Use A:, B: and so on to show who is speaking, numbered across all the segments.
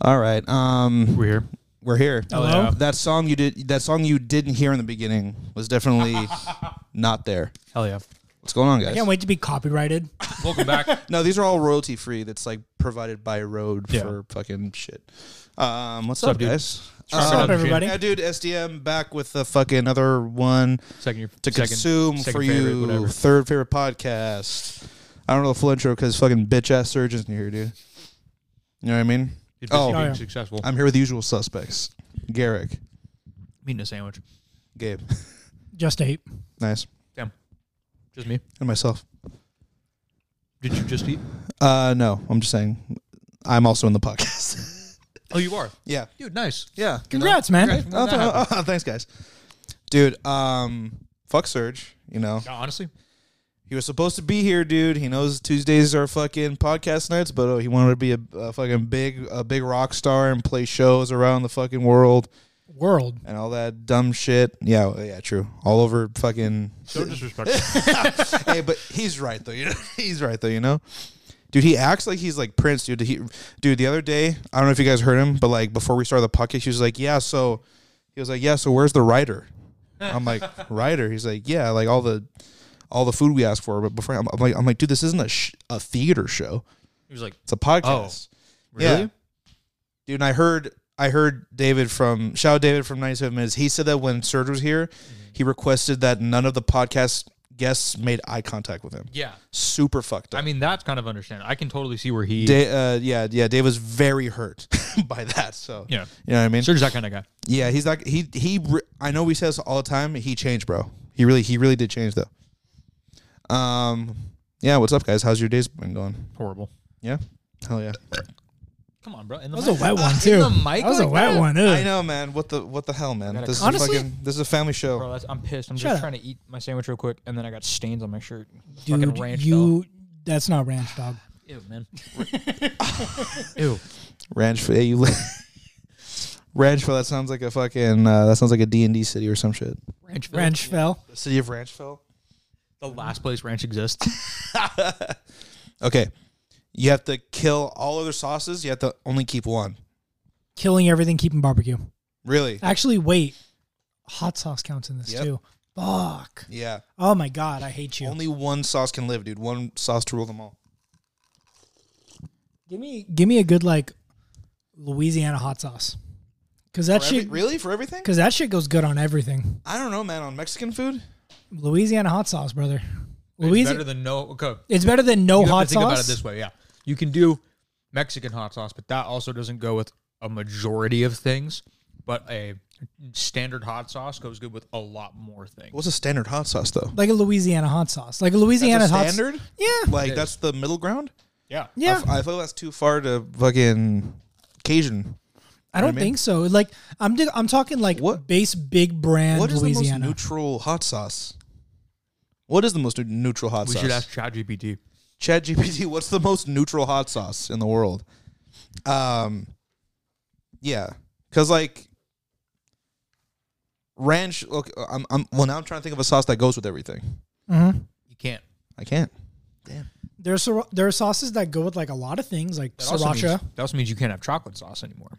A: All right. Um,
B: We're here.
A: we're here.
B: Oh, Hello? yeah.
A: That song you did. That song you didn't hear in the beginning was definitely not there.
B: Hell yeah.
A: What's going on,
C: I
A: guys?
C: can't wait to be copyrighted.
B: Welcome back.
A: No, these are all royalty free. That's like provided by Road
B: Yeah.
A: for fucking shit. Um, what's,
B: What's
A: up,
B: up, dude?
A: guys? Um,
B: Sorry,
C: What's up,
B: Dr. Shin.
C: everybody?
A: Yeah, dude, SDM back with the fucking other one
B: Second, your,
A: to
B: second,
A: consume
B: second
A: for
B: favorite,
A: you. Oh.
B: Whatever.
A: Third favorite podcast. I don't know the full intro because fucking bitch ass surgeons in here, dude. You know what I mean?
B: It's
A: Oh.
B: oh,
C: Oh, yeah.
B: successful. I'm
A: I'm here with the usual suspects. Garrick,
B: eating a sandwich.
A: Gabe,
C: Just ate.
A: nice,
B: Just me.
A: and myself.
B: Did you just eat?
A: Uh, no, I'm just saying, I'm also in the podcast.
B: Oh, you are.
A: yeah,
B: Dude, nice.
A: yeah. you know?
C: Congrats, man.
B: Congrats.
A: Oh,
B: That
A: th-
B: happened.
A: oh, thanks, guys. Dude, um, fuck Serge. You know,
B: Yeah, honestly,
A: he was supposed to be here, dude. He knows Tuesdays are fucking podcast nights, but oh, he wanted to be a, a fucking big, a big rock star and play shows around the fucking world
C: World.
A: and all that dumb shit. Yeah, well, yeah, true. All over fucking.
B: so disrespectful.
A: hey, but he's right though. You know, he's right though. You know. Dude, he acts like he's like Prince, dude. He, dude, the other day, I don't know if you guys heard him, but like before we started the podcast, he was like, "Yeah, so," he was like, "Yeah, so where's the writer?" I'm like, "Writer." He's like, "Yeah, like all the, all the food we asked for." But before, I'm, I'm like, "I'm like, dude, this isn't a sh- a theater show.
B: he was like,
A: It's a podcast."
B: Oh, really?
A: Yeah. Dude, and I heard I heard David from shout out David from 97 minutes. He said that when Serge was here, he requested that none of the podcast guests made eye contact with him.
B: Yeah.
A: Super fucked up.
B: I mean, that's kind of understandable. I can totally see where he.
A: Da- uh, yeah, yeah, Dave was very hurt by that. So
B: Yeah.
A: you know what I mean.
B: Serge's that kind of guy.
A: Yeah, he's like he he. Re- I know we say this all the time. He changed, bro. He really he really did change though. Um, yeah. What's up, guys? How's your days been going?
B: Horrible.
A: Yeah. Hell yeah.
B: Come on, bro. In the
C: That was a
B: mic.
C: wet one,
B: In
C: too.
B: the mic
C: that was a
B: like
C: wet
B: that?
C: one. Ugh.
A: I know, man. What the what the hell, man?
B: gotta
A: This is a
C: Honestly-
A: fucking this is a
D: Bro,
A: family show.
D: that's, I'm pissed. I'm
C: Shut
D: just
C: up.
D: trying to eat my sandwich real quick, and then I got stains on my shirt.
C: Dude,
D: Fucking ranch
C: you. That's not ranch dog.
D: dog. Ew, man.
B: Ew.
A: Ranch for hey, you. li- Ranchville. That sounds like a fucking. Uh, that sounds like a D and D city or some shit.
B: Ranch.
C: Ranch fell.
A: The city of Ranchville.
B: The last place ranch exists.
A: Okay. You have to kill all other sauces. You have to only keep one.
C: Killing everything, keeping barbecue.
A: Really?
C: Actually, wait. Hot sauce counts in this
A: Yep.
C: too. Fuck.
A: Yeah.
C: Oh my god, I hate you.
A: Only one sauce can live, dude. One sauce to rule them all.
C: give me, give me a good like Louisiana hot sauce, because that
A: For every-
C: shit,
A: really? For everything?
C: because that shit goes good on everything.
A: I don't know, man. On Mexican food?
C: Louisiana hot sauce, brother.
B: it's
C: Louisiana,
B: better than no. Okay.
C: it's better than no
B: you have
C: hot
B: to think
C: sauce.
B: about it this way. Yeah, you can do Mexican hot sauce, but that also doesn't go with a majority of things. But a standard hot sauce goes good with a lot more things.
A: What's a standard hot sauce, though?
C: like a Louisiana hot sauce, like a Louisiana hot s-
A: standard?
C: Yeah,
A: Like,
B: is.
A: that's the middle ground?
B: yeah,
A: I
C: yeah.
A: f- I feel that's too far to fucking Cajun.
C: I don't
A: mean?
C: think so. Like I'm, di- I'm talking like
A: What-
C: base big brand
A: What is the
C: Louisiana.
A: most neutral hot sauce? What is the most nu- neutral hot
B: we
A: sauce?
B: should ask ChatGPT.
A: Chad GPT, what's the most neutral hot sauce in the world? Um, yeah, because like ranch. Look, I'm, I'm well now. I'm trying to think of a sauce that goes with everything.
B: You can't.
A: I can't.
C: there are sor- there are sauces that go with like a lot of things, like
B: That also, means,
C: sriracha.
B: that also means you can't have chocolate sauce anymore.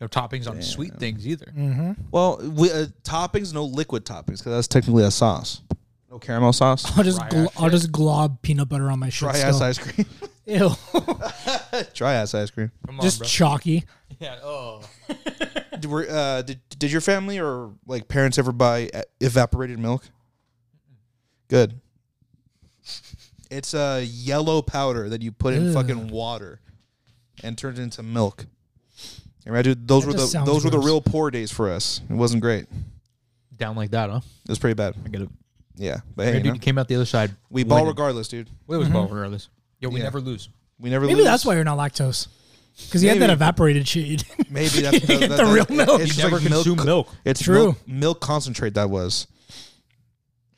B: No toppings on sweet things either.
C: Mm.
A: Well, we, uh, toppings, no liquid toppings, because that's technically a sauce. No caramel sauce.
C: I'll just
B: Dry
C: gl-
B: ass
C: I'll just glob peanut butter on my shit.
A: Dry ass
C: still.
A: ice cream.
C: Ew,
A: Dry ass ice cream.
B: Come on,
C: just
B: bro.
C: chalky.
B: yeah. Oh,
A: Did, were, uh, did, did your family or like parents ever buy uh, evaporated milk? Good. It's a yellow powder that you put in
C: Ew.
A: fucking water and turns into milk. And I dude, those
C: That
A: were the
C: just sounds
A: those were the
C: gross.
A: real poor days for us. It wasn't great. It
B: down like that, huh?
A: was pretty bad.
B: I get it.
A: Yeah, but
B: Hey,
A: hey, you
B: dude,
A: know,
B: you came out the other side.
A: we ball
B: winning.
A: regardless, dude.
B: We
C: Mm-hmm.
B: always ball regardless. Yo, we
A: Yeah.
B: never lose.
A: We never.
C: Maybe
A: lose.
C: that's why you're not lactose, because you had that
A: Maybe.
C: evaporated shit.
A: Maybe that's
C: You get the real
A: It's
C: milk.
B: You
A: just
B: never
A: like milk.
B: consume milk.
A: It's
C: True.
A: Milk, milk concentrate. That was.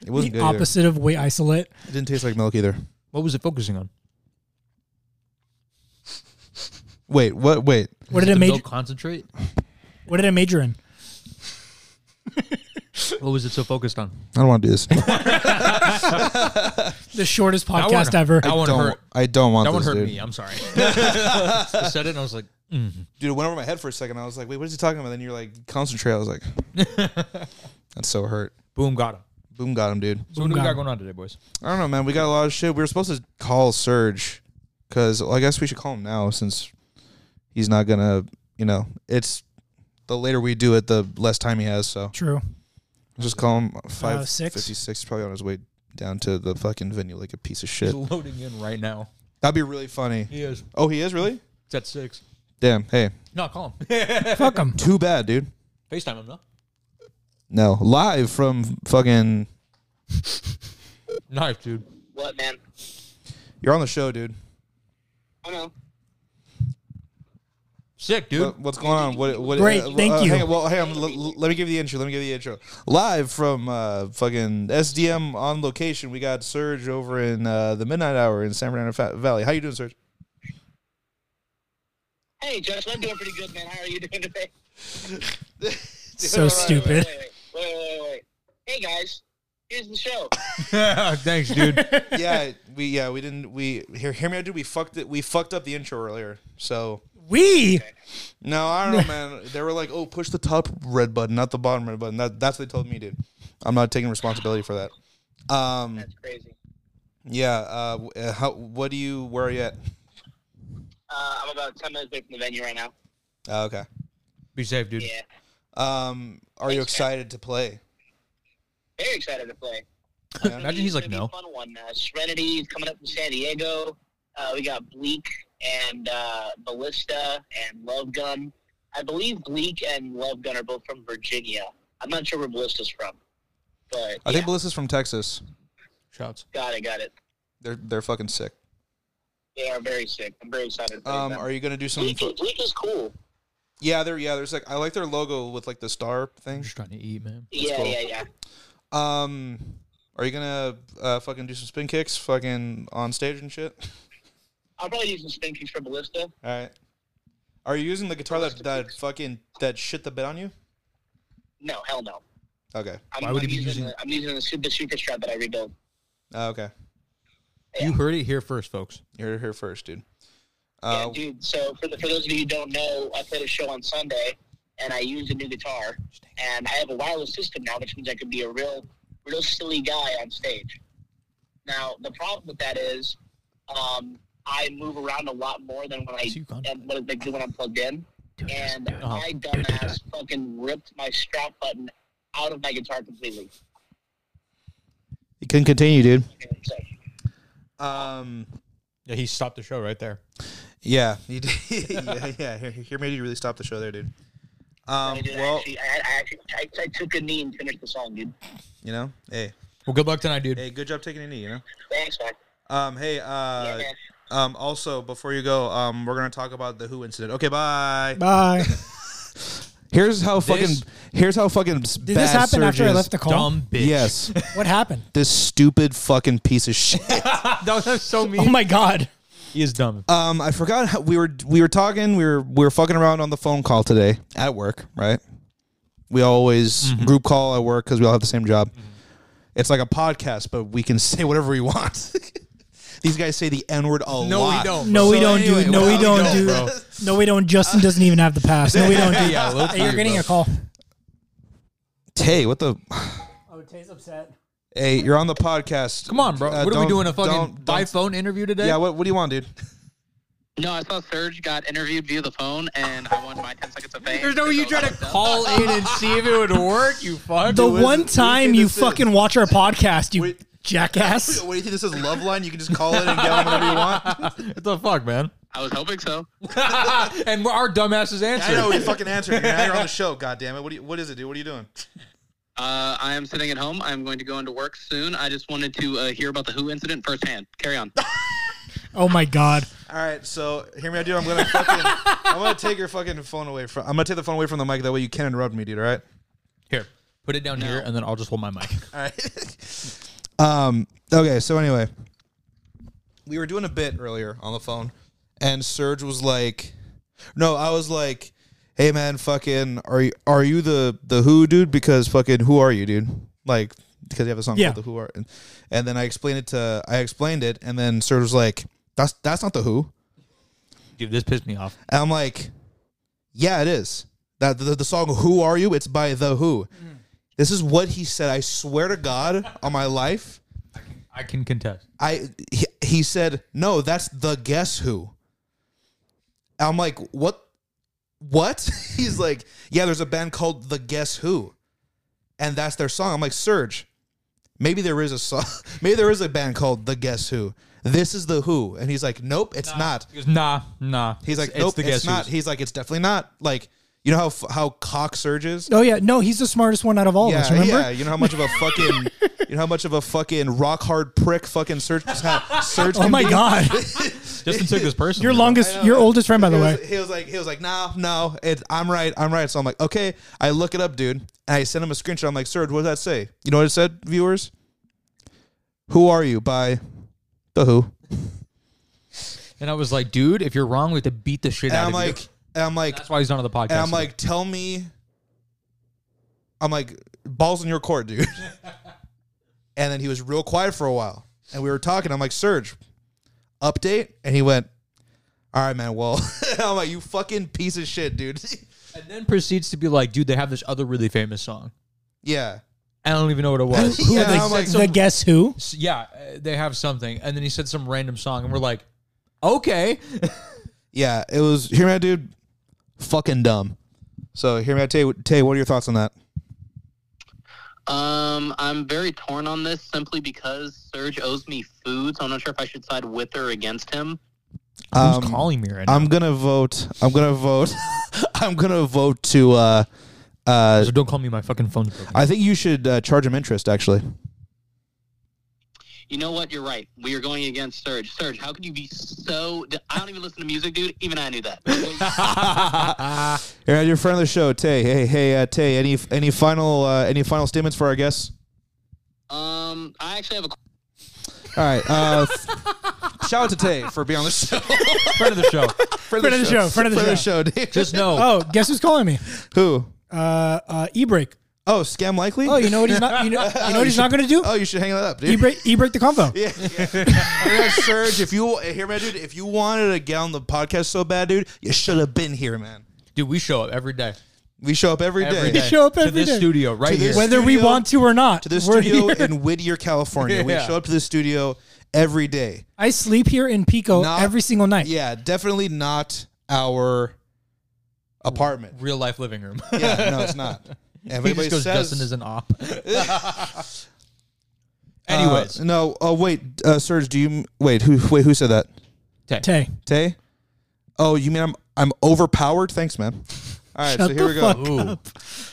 A: It wasn't
C: the
A: good. either.
C: opposite of whey isolate.
A: It didn't taste like milk either.
B: What was it focusing on?
A: Wait, what? Wait.
C: What
B: Is
C: did it
B: the
C: major?
B: milk concentrate?
C: What did it major in?
B: What was it so focused on?
A: I don't want to do this. I
C: The shortest
B: That
C: podcast
B: one-
C: ever.
B: That one
A: don't,
B: hurt.
A: I don't want
B: That one
A: this,
B: hurt
A: dude.
B: me. I'm sorry. I said it and I was like,
A: Dude, it went over my head for a second. I was like, wait, what is he talking about? Then you're like, concentrate. I was like, that's so hurt.
B: boom, got him.
A: Boom, got him, dude.
B: So
C: Boom,
B: what do we
C: got
B: got
C: him.
B: going on today, boys?
A: I don't know, man. We got a lot of shit. We were supposed to call Serge because well, I guess we should call him now since he's not gonna. You know, it's the later we do it, the less time he has. So
C: True.
A: let's just call him five
C: Uh, six?
A: fifty six. Probably on his way down to the fucking venue like a piece of
B: He's
A: shit.
B: loading in right now.
A: That'd be really funny.
B: He is.
A: Oh, he is really.
B: It's at six.
A: Damn. Hey,
B: No, call him.
C: Fuck them.
A: too bad, dude.
B: FaceTime him, no?
A: No, live from fucking.
B: Nice, dude.
E: What, man?
A: You're on the show, dude.
E: I know.
B: Sick, dude.
A: What- what's going on? What, what, uh,
C: Great, thank you.
A: Hang, on, well, hang on, l- l- let me give you the intro. Let me give you the intro. Live from uh, fucking SDM on location, we got Serge over in uh, the Midnight Hour in San Fernando Fa- Valley. How you doing, Serge?
E: Hey, Justin, I'm doing pretty good, man. How are you doing today?
C: So
E: Wait, wait,
C: stupid.
E: Wait, wait, wait, wait, wait, wait. Hey, guys, here's the show.
B: Thanks, dude.
A: yeah, we yeah we didn't we hear hear me out, dude. We fucked it. We fucked up the intro earlier. So
C: We.
A: no, I don't know, man. They were like, oh, push the top red button, not the bottom red button. That, that's what they told me, dude. I'm not taking responsibility for that. Um,
E: That's crazy.
A: yeah. Uh, w- uh, how? What do you? Where are you at?
E: Uh, I'm about 10 minutes away from the venue right now.
A: Uh, okay.
B: Be safe, dude.
E: Yeah.
A: Um, are you excited to play?
E: Very excited to play.
B: Imagine he's like,
E: It's
B: no.
E: gonna be a Fun one. Uh, Serenity is coming up from San Diego. Uh, we got Bleak and uh, Ballista and Love Gun. I believe Bleak and Love Gun are both from Virginia. I'm not sure where Ballista's from, but
A: I
E: yeah,
A: think Melissa's from Texas.
B: Shouts.
E: got it, got it.
A: They're they're fucking sick.
E: They are very sick. I'm very excited. For
A: Um,
E: them.
A: are you gonna do some?
E: Bleak, is, Bleak is cool.
A: yeah, they're yeah. There's like I like their logo with like the star
B: I'm
A: thing.
B: just trying to eat, man.
E: Yeah,
A: cool.
E: yeah, yeah.
A: Um, are you gonna uh, fucking do some spin kicks, fucking on stage and shit?
E: I'll probably use some spin kicks for Ballista.
A: All right. Are you using the guitar that that fucking that shit the bit on you?
E: No, hell no.
A: Okay.
E: I'm,
B: Why would
E: I'm
B: he be
E: using,
B: using-
E: the, I'm using the super super strap that I rebuilt.
A: Uh, okay.
B: You heard it here first, folks.
A: You're here first, dude.
E: Yeah,
A: Uh,
E: dude. So for the, for those of you who don't know, I played a show on Sunday, and I used a new guitar, and I have a wireless system now, which means I could be a real, real silly guy on stage. Now the problem with that is, um, I move around a lot more than when I
B: So you gone?
E: and when, like, when I'm plugged in, and
B: it.
E: my dumbass fucking ripped my strap button out of my guitar completely.
A: you can continue, dude.
E: So,
A: Um.
B: Yeah, he stopped the show right there.
A: Yeah. You did. yeah. Yeah. Here, here, maybe you really stopped the show there, dude. Um.
E: dude, I
A: Well,
E: actually, I, I, actually I, I took a knee and finished the song, dude.
A: you know. Hey.
B: Well, good luck tonight, dude.
A: Hey. Good job taking a knee. You know.
E: Thanks, man.
A: Um, hey, uh,
E: Yeah.
A: um, also before you go, um, we're gonna talk about the Who incident. Okay, bye.
C: Bye.
A: Here's how
B: This-
A: fucking. Here's how fucking.
C: Did this happen after I left the call?
B: Dumb bitch.
A: Yes,
C: What happened?
A: this stupid fucking piece of shit.
B: that was so mean.
C: Oh my god.
B: He is dumb.
A: um, I forgot how we were we were talking. We were we were fucking around on the phone call today at work, right? We always
B: Mm-hmm.
A: group call at work because we all have the same job. It's like a podcast, but we can say whatever we want. These guys say the N word a
B: No, we
A: lot.
B: don't.
C: No, we
A: So
C: don't
A: anyway,
C: do. No,
A: well,
C: we don't do.
B: bro.
C: No, we don't. Justin doesn't even have the pass. No, we don't do.
B: yeah, low
C: Hey, you're
B: key,
C: getting
B: bro.
C: a call.
A: Hey, what the?
C: Oh, Tay's upset.
A: Hey, you're on the podcast.
B: Come on, bro.
A: Uh,
B: what are we
A: don't-
B: doing? A fucking
A: don't- don't-
B: by phone interview today?
A: Yeah, what, what do you want, dude?
F: No, I saw Serge got interviewed via the phone, and I won my 10 seconds of fame.
B: There's no way you
F: Because
B: try
F: I
B: to
F: was dumb.
B: call in and see if it would work. You fuck.
C: The
A: is-
C: one
A: we
C: time
A: think
C: you
A: this is-
C: fucking watch our podcast, you
A: Wait.
C: jackass.
A: What do you think this is? Love line? You can just call in and get on whenever you want.
B: what the fuck, man?
F: I was hoping so.
B: and we're- our dumbasses
A: I
B: answer.
A: know you fucking answered. Now you're on the show. God damn it! What do you, What is it, dude? What are you doing?
F: Uh, I am sitting at home. I'm going to go into work soon. I just wanted to uh, hear about the Who incident firsthand. Carry on.
C: Oh my god.
A: All right, so hear me out, dude. I'm gonna fucking. I'm gonna take your fucking phone away from. I'm gonna take the phone away from the mic. That way you can't interrupt me, dude. All right.
B: Here, put it down here, and then I'll just hold my mic.
A: All right. um. Okay. So anyway, we were doing a bit earlier on the phone, and Serge was like, "No, I was like, hey man, fucking, are you are you the the Who dude? Because fucking, who are you, dude? Like, because they have a song
C: Yeah.
A: called the Who are, and, and then I explained it to I explained it, and then Serge was like, that's that's not the Who.
B: Dude, this pissed me off.
A: And I'm like, yeah, it is. That the, the song "Who Are You" it's by the Who. This is what he said. I swear to God on my life,
B: I can contest.
A: I he, he said no. That's the Guess Who. And I'm like, what? What? He's like, yeah. There's a band called the Guess Who, and that's their song. I'm like, Serge, maybe there is a song. Maybe there is a band called the Guess Who. This is the Who, and he's like, nope, it's not.
B: He goes, nah, nah.
A: He's like,
B: It's-
A: nope,
B: the
A: it's,
B: guess
A: not.
B: who's.
A: He's like, it's definitely not. Like, you know how f- how cock surges?
C: Oh yeah, no, he's the smartest one out of all
A: yeah,
C: of us. Remember?
A: yeah. You know how much of a fucking, you know how much of a fucking rock hard prick fucking surge ha- surge.
C: Oh
A: can
C: my
A: be?
C: god,
B: Justin took this person.
C: your longest, your oldest friend, by the
A: He
C: way.
A: was, he was like, he was like, no, no, it, I'm right, I'm right. So I'm like, okay. I look it up, dude, and I send him a screenshot. I'm like, Serge, what does that say? You know what it said, viewers? Who are you? By the Who.
B: And I was like, dude, if you're wrong, we have to beat the shit
A: And
B: out
A: I'm
B: of you.
A: like, and I'm like,
B: That's why he's not on the podcast.
A: And I'm like, tell me. I'm like, balls in your court, dude. and then he was real quiet for a while. And we were talking. I'm like, Serge, update? And he went, all right, man. Well, I'm like, you fucking piece of shit, dude.
B: and then proceeds to be like, dude, they have this other really famous song.
A: yeah.
B: I don't even know what it was.
A: Yeah,
B: They
A: I'm
B: said
A: like-
B: some-
C: the guess who?
B: s- yeah, uh, they have something. And then he said some random song, and we're like, okay.
A: Yeah. It was, hear me out, dude. Fucking dumb. So, hear me out. Tay, Tay, what are your thoughts on that?
F: Um, I'm very torn on this simply because Serge owes me food, so I'm not sure if I should side with or against him.
A: Um,
B: Who's calling me right now?
A: I'm going to vote. I'm going to vote. I'm going to vote to, uh, uh,
B: so don't call me my fucking phone.
A: I think you should uh, charge him interest, actually.
F: You know what? You're right. We are going against Serge. Serge, how could you be so? I don't even listen to music, dude. Even I knew that.
A: Here, your friend of the show, Tay. Hey, hey, uh, Tay. Any any final uh, any final statements for our guests?
F: um, I actually have a
A: All right. Uh, f- shout out to Tay for being on the show.
B: Friend of the show.
A: Friend
C: Friend of the show, friend of the
A: show. dude.
B: Just know.
C: Oh, guess who's calling me?
A: who?
C: Uh, uh, Ebrake.
A: Oh, scam likely.
C: Oh, you know what he's not. You know, you know what he's not going to do?
A: Oh, you should hang that up, dude.
C: Ebrake, Ebrake the convo.
A: Yeah, yeah. You know, Serge, if you here, man, dude, if you wanted to get on the podcast so bad, dude, you should have been here, man.
B: Dude, we show up every day.
A: We show up
B: Every
A: day.
B: day.
C: show up
B: to
C: every
B: this
C: day.
B: studio right
A: To this-
B: here.
C: Whether we
A: Studio-
C: want to or not,
A: to the
C: we're
A: studio
C: here.
A: in Whittier, California. We
B: Yeah.
A: show up to the studio every day.
C: I sleep here in Pico
A: Not-
C: Oh, every single night.
A: Yeah, definitely not our apartment.
B: Real life living room.
A: Yeah, no, it's not. If
B: he just
A: anybody
B: goes,
A: says,
B: Justin is an op.
A: uh,
B: Anyways,
A: no. Oh wait, uh, Serge, do you wait? Who wait? Who said that?
C: Tay,
A: Tay? Oh, you mean I'm I'm overpowered? Thanks, man. All right,
C: shut
A: so
C: the
A: here we go.
C: fuck up.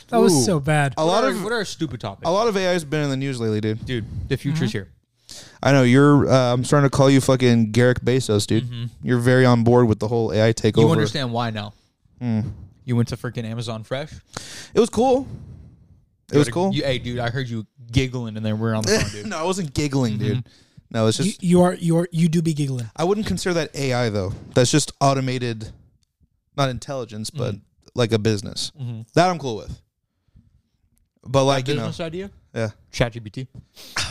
C: That was so bad.
A: A lot
B: what, are,
A: of
B: what are stupid topics?
A: a lot Mm-hmm. of AI has been in the news lately, dude.
B: Dude, the future's here.
A: I know you're. Uh, I'm starting to call you fucking Garrick Bezos, dude. You're very on board with the whole AI takeover.
B: You understand why now.
A: Mm.
B: You went to freaking Amazon Fresh.
A: It was cool. It was cool.
B: You, hey, dude, I heard you giggling and then we're on the phone, dude.
A: no, I wasn't giggling, dude. No, it's just
C: You, you are you are you do be giggling.
A: I wouldn't consider that AI though. That's just automated, not intelligence, but like a business. That I'm cool with. But like you know,
B: Business idea?
A: yeah,
B: ChatGPT.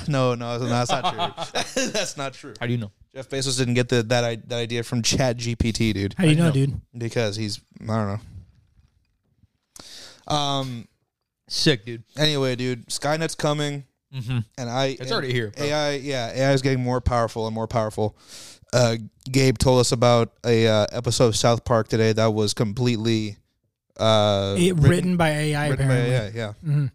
A: no, no, that's not true. that's not true.
B: How do you know?
A: Jeff Bezos didn't get the, that I, that idea from Chat GPT, dude,
C: How do you know, dude?
A: because he's I don't know. Um.
B: Sick, dude.
A: Anyway, dude, Skynet's coming, and I
B: Mm-hmm. It's already here, bro.
A: AI, yeah, AI is getting more powerful and more powerful. Uh, Gabe told us about a uh, episode of South Park today that was completely uh,
C: It, written, by AI
A: written by
C: apparently. Mm-hmm.
A: AI. Yeah,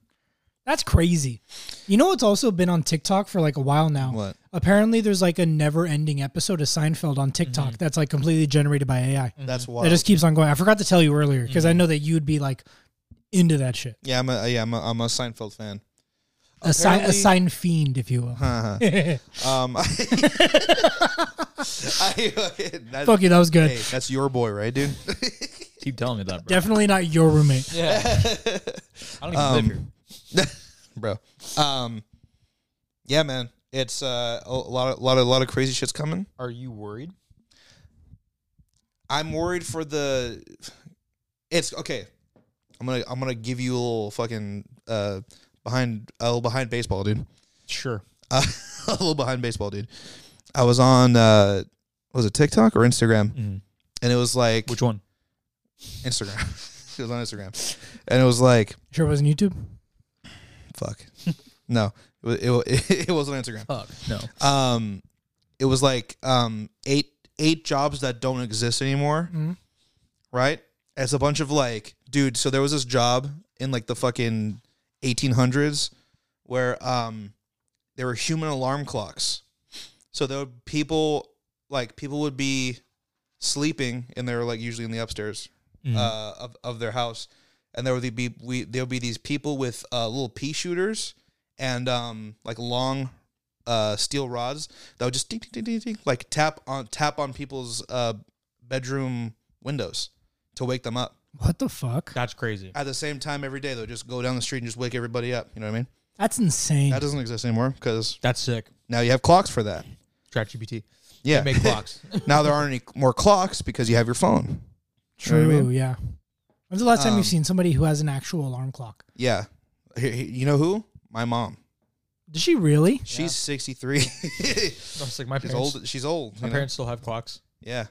C: That's crazy. You know what's also been on TikTok for like a while now?
A: What?
C: Apparently there's like a never ending episode of Seinfeld on TikTok that's like completely generated by AI.
A: that's wild.
C: That just keeps on going. I forgot to tell you earlier because I know that you'd be like into that shit.
A: yeah, I'm a, yeah, I'm a, I'm a Seinfeld fan.
C: A sign a
A: Apparently-
C: sign fiend, if you will.
A: Um, I, that-
C: Fuck you, that was good.
A: hey, that's your boy, right, dude?
B: Keep telling me that, bro.
C: Definitely not your roommate.
B: I don't even
A: Um,
B: live here.
A: bro. Um, yeah, man, it's uh, a lot of lot of lot of crazy shits coming.
B: Are you worried?
A: I'm worried for the It's okay. I'm gonna I'm gonna give you a little fucking uh behind a little behind baseball, dude.
B: Sure.
A: Uh, a little behind baseball, dude. I was on uh was it TikTok or Instagram?
B: Mhm.
A: And it was like
B: Which one?
A: Instagram. it was on Instagram, and it was like
C: Sure, it wasn't YouTube.
A: fuck. no, it wa- it, wa- it, was on Instagram.
B: Fuck. No.
A: Um, it was like um eight eight jobs that don't exist anymore,
C: Mhm.
A: right? It's a bunch of like, dude. So there was this job in like the fucking eighteen hundreds where um there were human alarm clocks. So there were people like people would be sleeping and they were like usually in the upstairs uh, of of their house, and there would be we there would be these people with uh, little pea shooters and um like long uh steel rods that would just ding, ding, ding, ding, ding, like tap on tap on people's uh bedroom windows to wake them up.
C: What the fuck?
B: That's crazy.
A: At the same time every day, they would just go down the street and just wake everybody up. You know what I mean?
C: That's insane.
A: That doesn't exist anymore because
B: That's sick.
A: now you have clocks for that.
B: ChatGPT.
A: Yeah,
B: Make clocks.
A: now there aren't any more clocks because you have your phone.
C: True.
A: know what I
C: Yeah. When's the last time
A: Um,
C: you've seen somebody who has an actual alarm clock?
A: Yeah, Here- here- you know who? My mom.
C: Did she really?
A: She's sixty three. she's
B: I was like, my parents.
A: old. She's old. you
B: My
A: know?
B: parents still have clocks.
A: Yeah,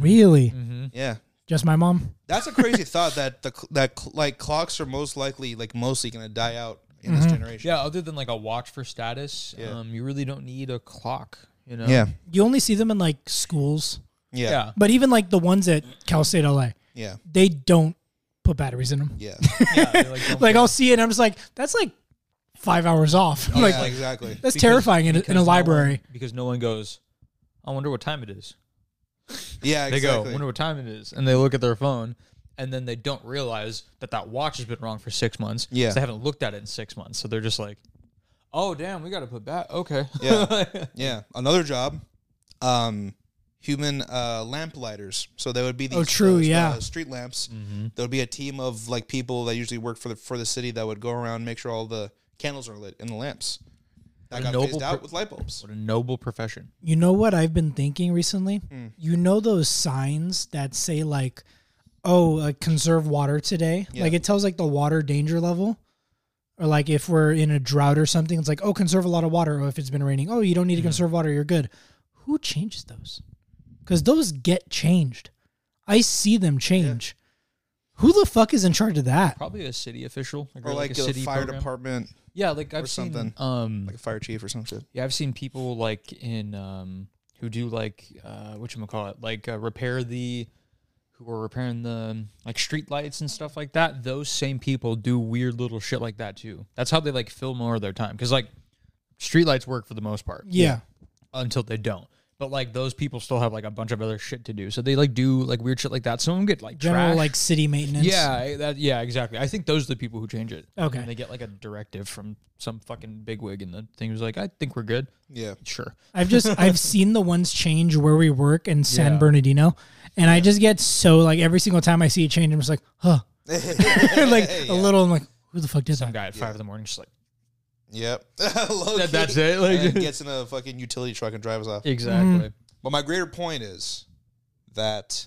C: Really?
B: Mm-hmm.
A: yeah.
C: Just my mom?
A: That's a crazy thought that the cl- that cl- like clocks are most likely like mostly gonna die out in this
B: Mm-hmm.
A: generation.
B: Yeah. Other than like a watch for status,
A: Yeah.
B: um, you really don't need a clock. You know.
A: Yeah.
C: You only see them in like schools,
A: Yeah. Oh. Yeah.
B: Yeah.
C: but even like the ones at Cal State LA,
A: Yeah.
C: they don't put batteries in them.
A: Yeah.
B: yeah they, like, don't
C: Like
B: care.
C: I'll see it, and I'm just like, that's like five hours off. I'm like
A: Yeah, exactly.
C: that's
B: Because-
C: terrifying in, a- in
B: because
C: a
B: no
C: library.
B: one- because no one goes. I wonder what time it is.
A: Yeah.
B: They go.
A: Exactly.
B: Wonder what time it is, and they look at their phone, and then they don't realize that that watch has been wrong for six months. 'cause
A: Yeah.
B: They haven't looked at it in six months, so they're just like, "Oh damn, we got to put back." Okay.
A: Yeah. Yeah. Another job. Um. Human uh, lamplighters. So there would be these
C: Oh, true,
A: those,
C: yeah.
A: uh, street lamps. There would be a team of like people that usually work for the for the city that would go around and make sure all the candles are lit and the lamps. That
B: A
A: got
B: noble
A: phased out
B: pro-
A: with light bulbs.
B: what a noble profession.
C: You know what I've been thinking recently? You know those signs that say like, "Oh, uh, conserve water today."
A: Yeah.
C: Like it tells like the water danger level, or like if we're in a drought or something, it's like, "Oh, conserve a lot of water." Or if it's been raining, "Oh, you don't need to conserve water. You're good." Who changes those? Because those get changed. I see them change. Who the fuck is in charge of that?
B: Probably a city official
A: Or like, a, fire department,
B: Yeah, like I've seen
A: something.
B: um
A: like a fire chief or some shit.
B: yeah, I've seen people like in um who do like uh what you call it? Like uh, repair the who are repairing the um, like street lights and stuff like that. Those same people do weird little shit like that too. That's how they like fill more of their time cuz like street lights work for the most part
C: Yeah.
B: until they don't. But like those people still have like a bunch of other shit to do. So they like do like weird shit like that. Some of them get like
C: General
B: trashed.
C: like city maintenance.
B: Yeah, I- that, yeah, exactly. I think those are the people who change it. And
C: Okay.
B: then they get like a directive from some fucking bigwig, and the thing was like, I think we're good.
A: Yeah.
B: Sure.
C: I've just I've seen the ones change where we work in San
B: Yeah.
C: Bernardino, and I just get so like every single time I see it change, I'm just like, huh, like a little. I'm like, who the fuck did
B: Some
C: that?
B: guy at five in the morning, just like,
A: Yep. Low
B: That- that's
A: key.
B: it, like-
A: and gets in a fucking utility truck and drives off.
B: exactly.
C: Mm-hmm.
A: But my greater point is that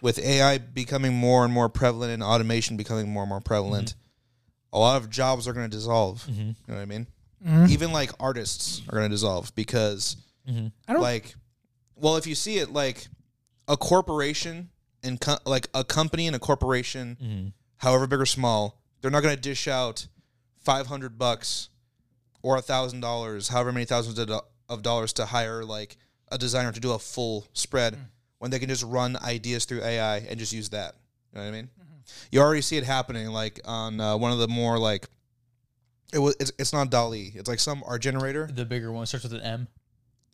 A: with AI becoming more and more prevalent and automation becoming more and more prevalent, a lot of jobs are going to dissolve. You know what I mean? Even like artists are going to dissolve because,
C: I don't-
A: like, well, if you see it, like a corporation and co- like a company and a corporation, however big or small, they're not going to dish out five hundred bucks or a thousand dollars, however many thousands of, do- of dollars to hire like a designer to do a full spread when they can just run ideas through AI and just use that. You know what I mean? You already see it happening, like on uh, one of the more like it was. It's, it's not Dolly. It's like some art generator,
B: The bigger one starts with an M.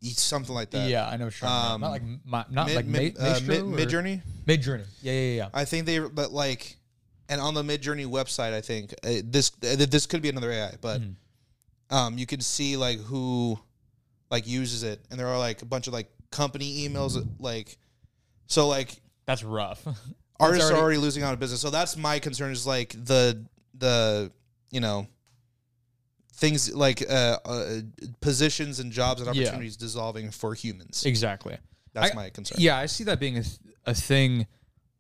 A: something like that.
B: yeah, I know. What you're talking about. not like
A: um,
B: my, not
A: Mid,
B: like
A: mid,
B: mid,
A: uh, mid, Journey.
B: Mid journey. Yeah, yeah, yeah.
A: I think they, but like, and on the Mid Journey website, I think uh, this uh, this could be another AI, but
B: Hmm.
A: um, you could see like who like uses it, and there are like a bunch of like company emails, like so like
B: That's rough.
A: artists are
B: already-
A: already losing out on business. So that's my concern is like the the you know things like uh, uh positions and jobs and
B: Yeah.
A: opportunities dissolving for humans.
B: exactly.
A: That's
B: I-
A: my concern.
B: Yeah, I see that being a, th- a thing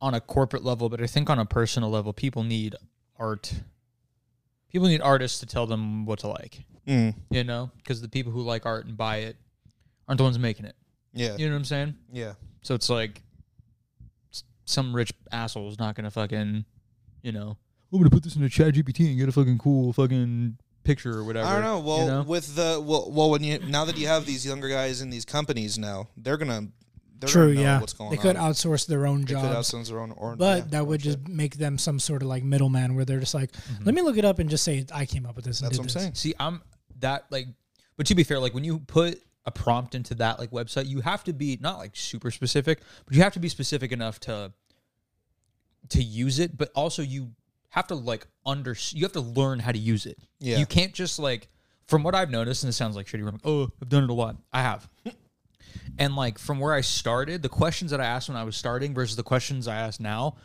B: on a corporate level, but I think on a personal level, people need art. People need artists to tell them what to like,
A: Mm.
B: you know, because the people who like art and buy it aren't the ones making it.
A: Yeah.
B: You know what I'm saying?
A: Yeah.
B: So it's like s- some rich asshole is not gonna fucking, you know, I'm gonna put this into Chat GPT and get a fucking cool fucking picture or whatever.
A: I don't know. Well,
B: you know?
A: with the well, well, when you now that you have these younger guys in these companies now, they're gonna they're
C: True,
A: gonna know
C: yeah.
A: what's going
C: They
A: on.
C: could outsource their own
A: They could
C: jobs.
A: outsource their own, or,
C: But
A: yeah,
C: that would
A: bullshit.
C: just make them some sort of like middleman where they're just like, let me look it up and just say I came up with this. And
A: Mm-hmm. that's
C: did
A: what I'm
C: this."
A: saying.
B: See, I'm that like, but to be fair, like when you put a prompt into that like website, you have to be not like super specific, but you have to be specific enough to to use it. But also, you have to like under you have to learn how to use it.
A: Yeah.
B: you can't just like from what I've noticed, and it sounds like shitty. Room, oh, I've done it a lot. I have. And like from where I started, the questions that I asked when I was starting versus the questions I ask now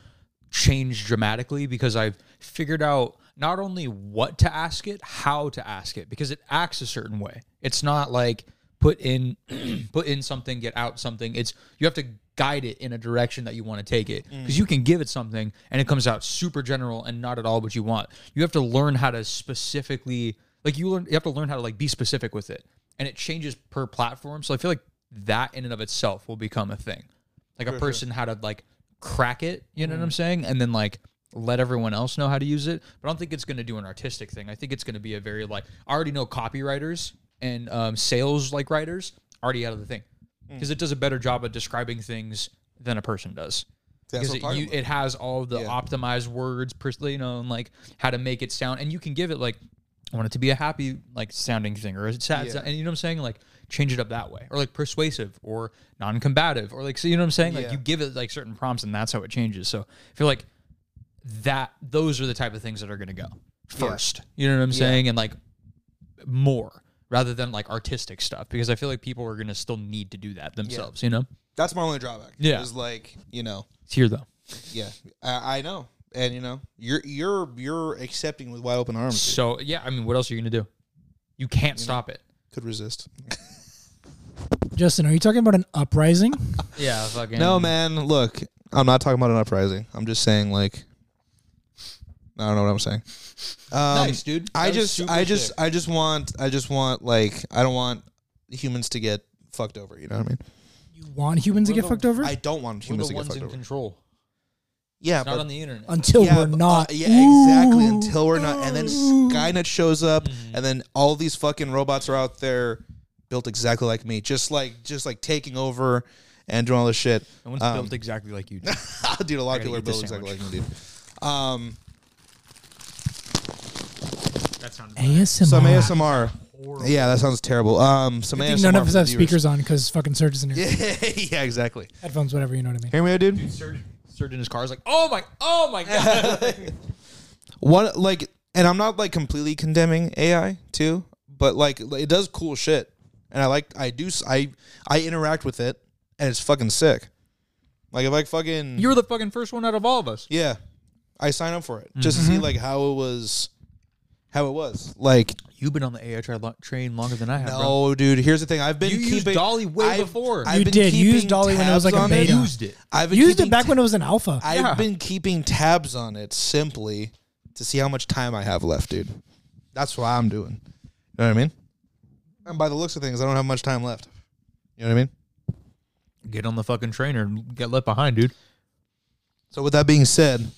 B: changed dramatically because I've figured out not only what to ask it, how to ask it because it acts a certain way. It's not like put in put in something, get out something. It's you have to guide it in a direction that you want to take it because you can give it something and it comes out super general and not at all what you want. You have to learn how to specifically like you learn you have to learn how to like be specific with it and it changes per platform. So I feel like that in and of itself will become a thing. Like a person how to like crack it, you know what I'm saying? And then like let everyone else know how to use it. But I don't think it's gonna do an artistic thing. I think it's gonna be a very like I already know copywriters and um, sales like writers already out of the thing. Because it does a better job of describing things than a person does.
A: That's
B: Because
A: what I'm
B: it,
A: talking
B: you,
A: about.
B: it has all the
A: Yeah.
B: optimized words, pers- you know, and like how to make it sound. And you can give it like, I want it to be a happy like sounding thing or a sad,
A: Yeah.
B: sound- and you know what I'm saying? Like change it up that way, or like persuasive or non-combative, or like so you know what I'm saying? Like
A: Yeah.
B: you give it like certain prompts, and that's how it changes. So I feel like that those are the type of things that are going to go first. You know what I'm saying? And like more rather than like artistic stuff because I feel like people are going to still need to do that themselves. You know?
A: That's my only drawback.
B: Yeah.
A: is like you know,
B: It's here though.
A: yeah, I, I know, and you know, you're you're you're accepting with wide open arms. dude.
B: So yeah, I mean, what else are you gonna do? You can't stop it.
A: Could resist.
C: Justin, are you talking about an uprising?
B: Yeah, fucking
A: No, man. Look, I'm not talking about an uprising. I'm just saying, like, I don't know what I'm saying. Um,
B: Nice, dude.
A: I
B: That was
A: just,
B: super
A: I just,
B: sick.
A: I just want, I just want, like, I don't want humans to get fucked over. You know what I mean?
C: you want humans to get fucked over
A: I don't want
B: We're
A: humans to
B: the
A: get
B: ones
A: fucked
B: in
A: over.
B: control.
A: Yeah,
B: It's not
A: but
B: on the internet.
C: until
A: yeah,
C: we're
A: but, uh,
C: not.
A: yeah, exactly.
C: Ooh.
A: Until we're not, and then Skynet shows up,
B: Mm-hmm.
A: and then all these fucking robots are out there, built exactly like me, just like, just like taking over and doing all this shit.
B: no one's
A: Um,
B: built exactly like you. do.
A: dude, a lot of
B: I
A: people
B: gotta
A: are
B: eat this
A: built exactly like
B: sandwich.
A: me, dude. Um,
B: that sounds
C: ASMR.
A: some ASMR. Yeah, that sounds terrible. Um, some ASMR.
C: I think none of us
A: for the
C: have
A: viewers.
C: speakers on because fucking surgeons in here.
A: Yeah, yeah, exactly.
C: Headphones, whatever, you know what I mean.
A: Hear me, out, dude.
B: Surgeon, surgeon in his car is like, oh my, oh my god.
A: One like, and I'm not like completely condemning AI too, but like it does cool shit, and I like I do s- I I interact with it, and it's fucking sick. Like if I fucking
B: you were the fucking first one out of all of us.
A: yeah, I sign up for it just to see
C: Mm-hmm.
A: like how it was, how it was like
B: You've been on the AI tra- train longer than I have. bro.
A: No, dude. Here's the thing. I've been
B: You used
A: keeping
B: Dolly way
A: I've-
B: before.
A: I've
C: You
A: been
C: did. You used
A: keeping
C: Dolly when it was,
A: tabs
C: like, a
A: on it.
C: beta.
B: Used it.
A: I've been
C: Used it
A: keeping
C: back
A: t-
C: when it was an alpha.
A: I've
B: Yeah.
A: been keeping tabs on it simply to see how much time I have left, dude. That's what I'm doing. You know what I mean? And by the looks of things, I don't have much time left. You know what I mean?
B: Get on the fucking train or get left behind, dude.
A: So with that being said,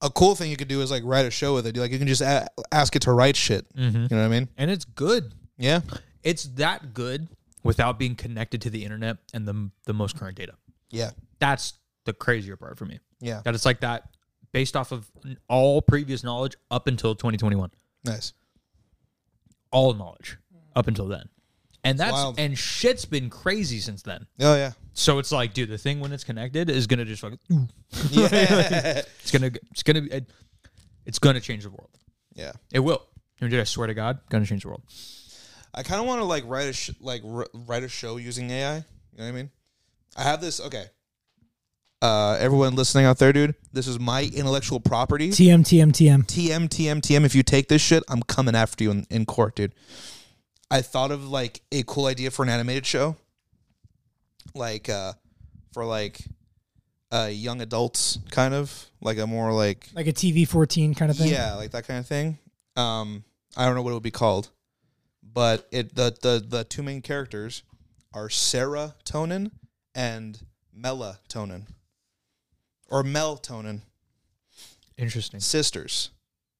A: a cool thing you could do is like write a show with it. Like you can just a- ask it to write shit. You know what I mean?
B: And it's good.
A: Yeah.
B: It's that good without being connected to the internet and the the most current data.
A: Yeah.
B: That's the crazier part for me.
A: Yeah.
B: that it's like that based off of all previous knowledge up until 2021
A: Nice.
B: all knowledge up until then and that's
A: wild.
B: and shit's been crazy since then
A: Oh yeah.
B: so it's like dude the thing when it's connected is gonna just fucking
A: Yeah.
B: it's gonna it's gonna be it- it's gonna change the world
A: yeah.
B: it will And dude i swear to god gonna change the world
A: I kind of want to like write a sh- like r- write a show using AI. You know what I mean? I have this. Okay. Uh, everyone listening out there, dude, this is my intellectual property.
C: TM, TM, TM.
A: TM TM TM. If you take this shit, I'm coming after you in, in court, dude. I thought of like a cool idea for an animated show, like uh, for like uh, young adults, kind of like a more like
C: like a TV fourteen kind of thing.
A: yeah, like that kind of thing. Um, I don't know what it would be called, but it the the the two main characters are serotonin and melatonin, or melatonin
B: Interesting,
A: sisters,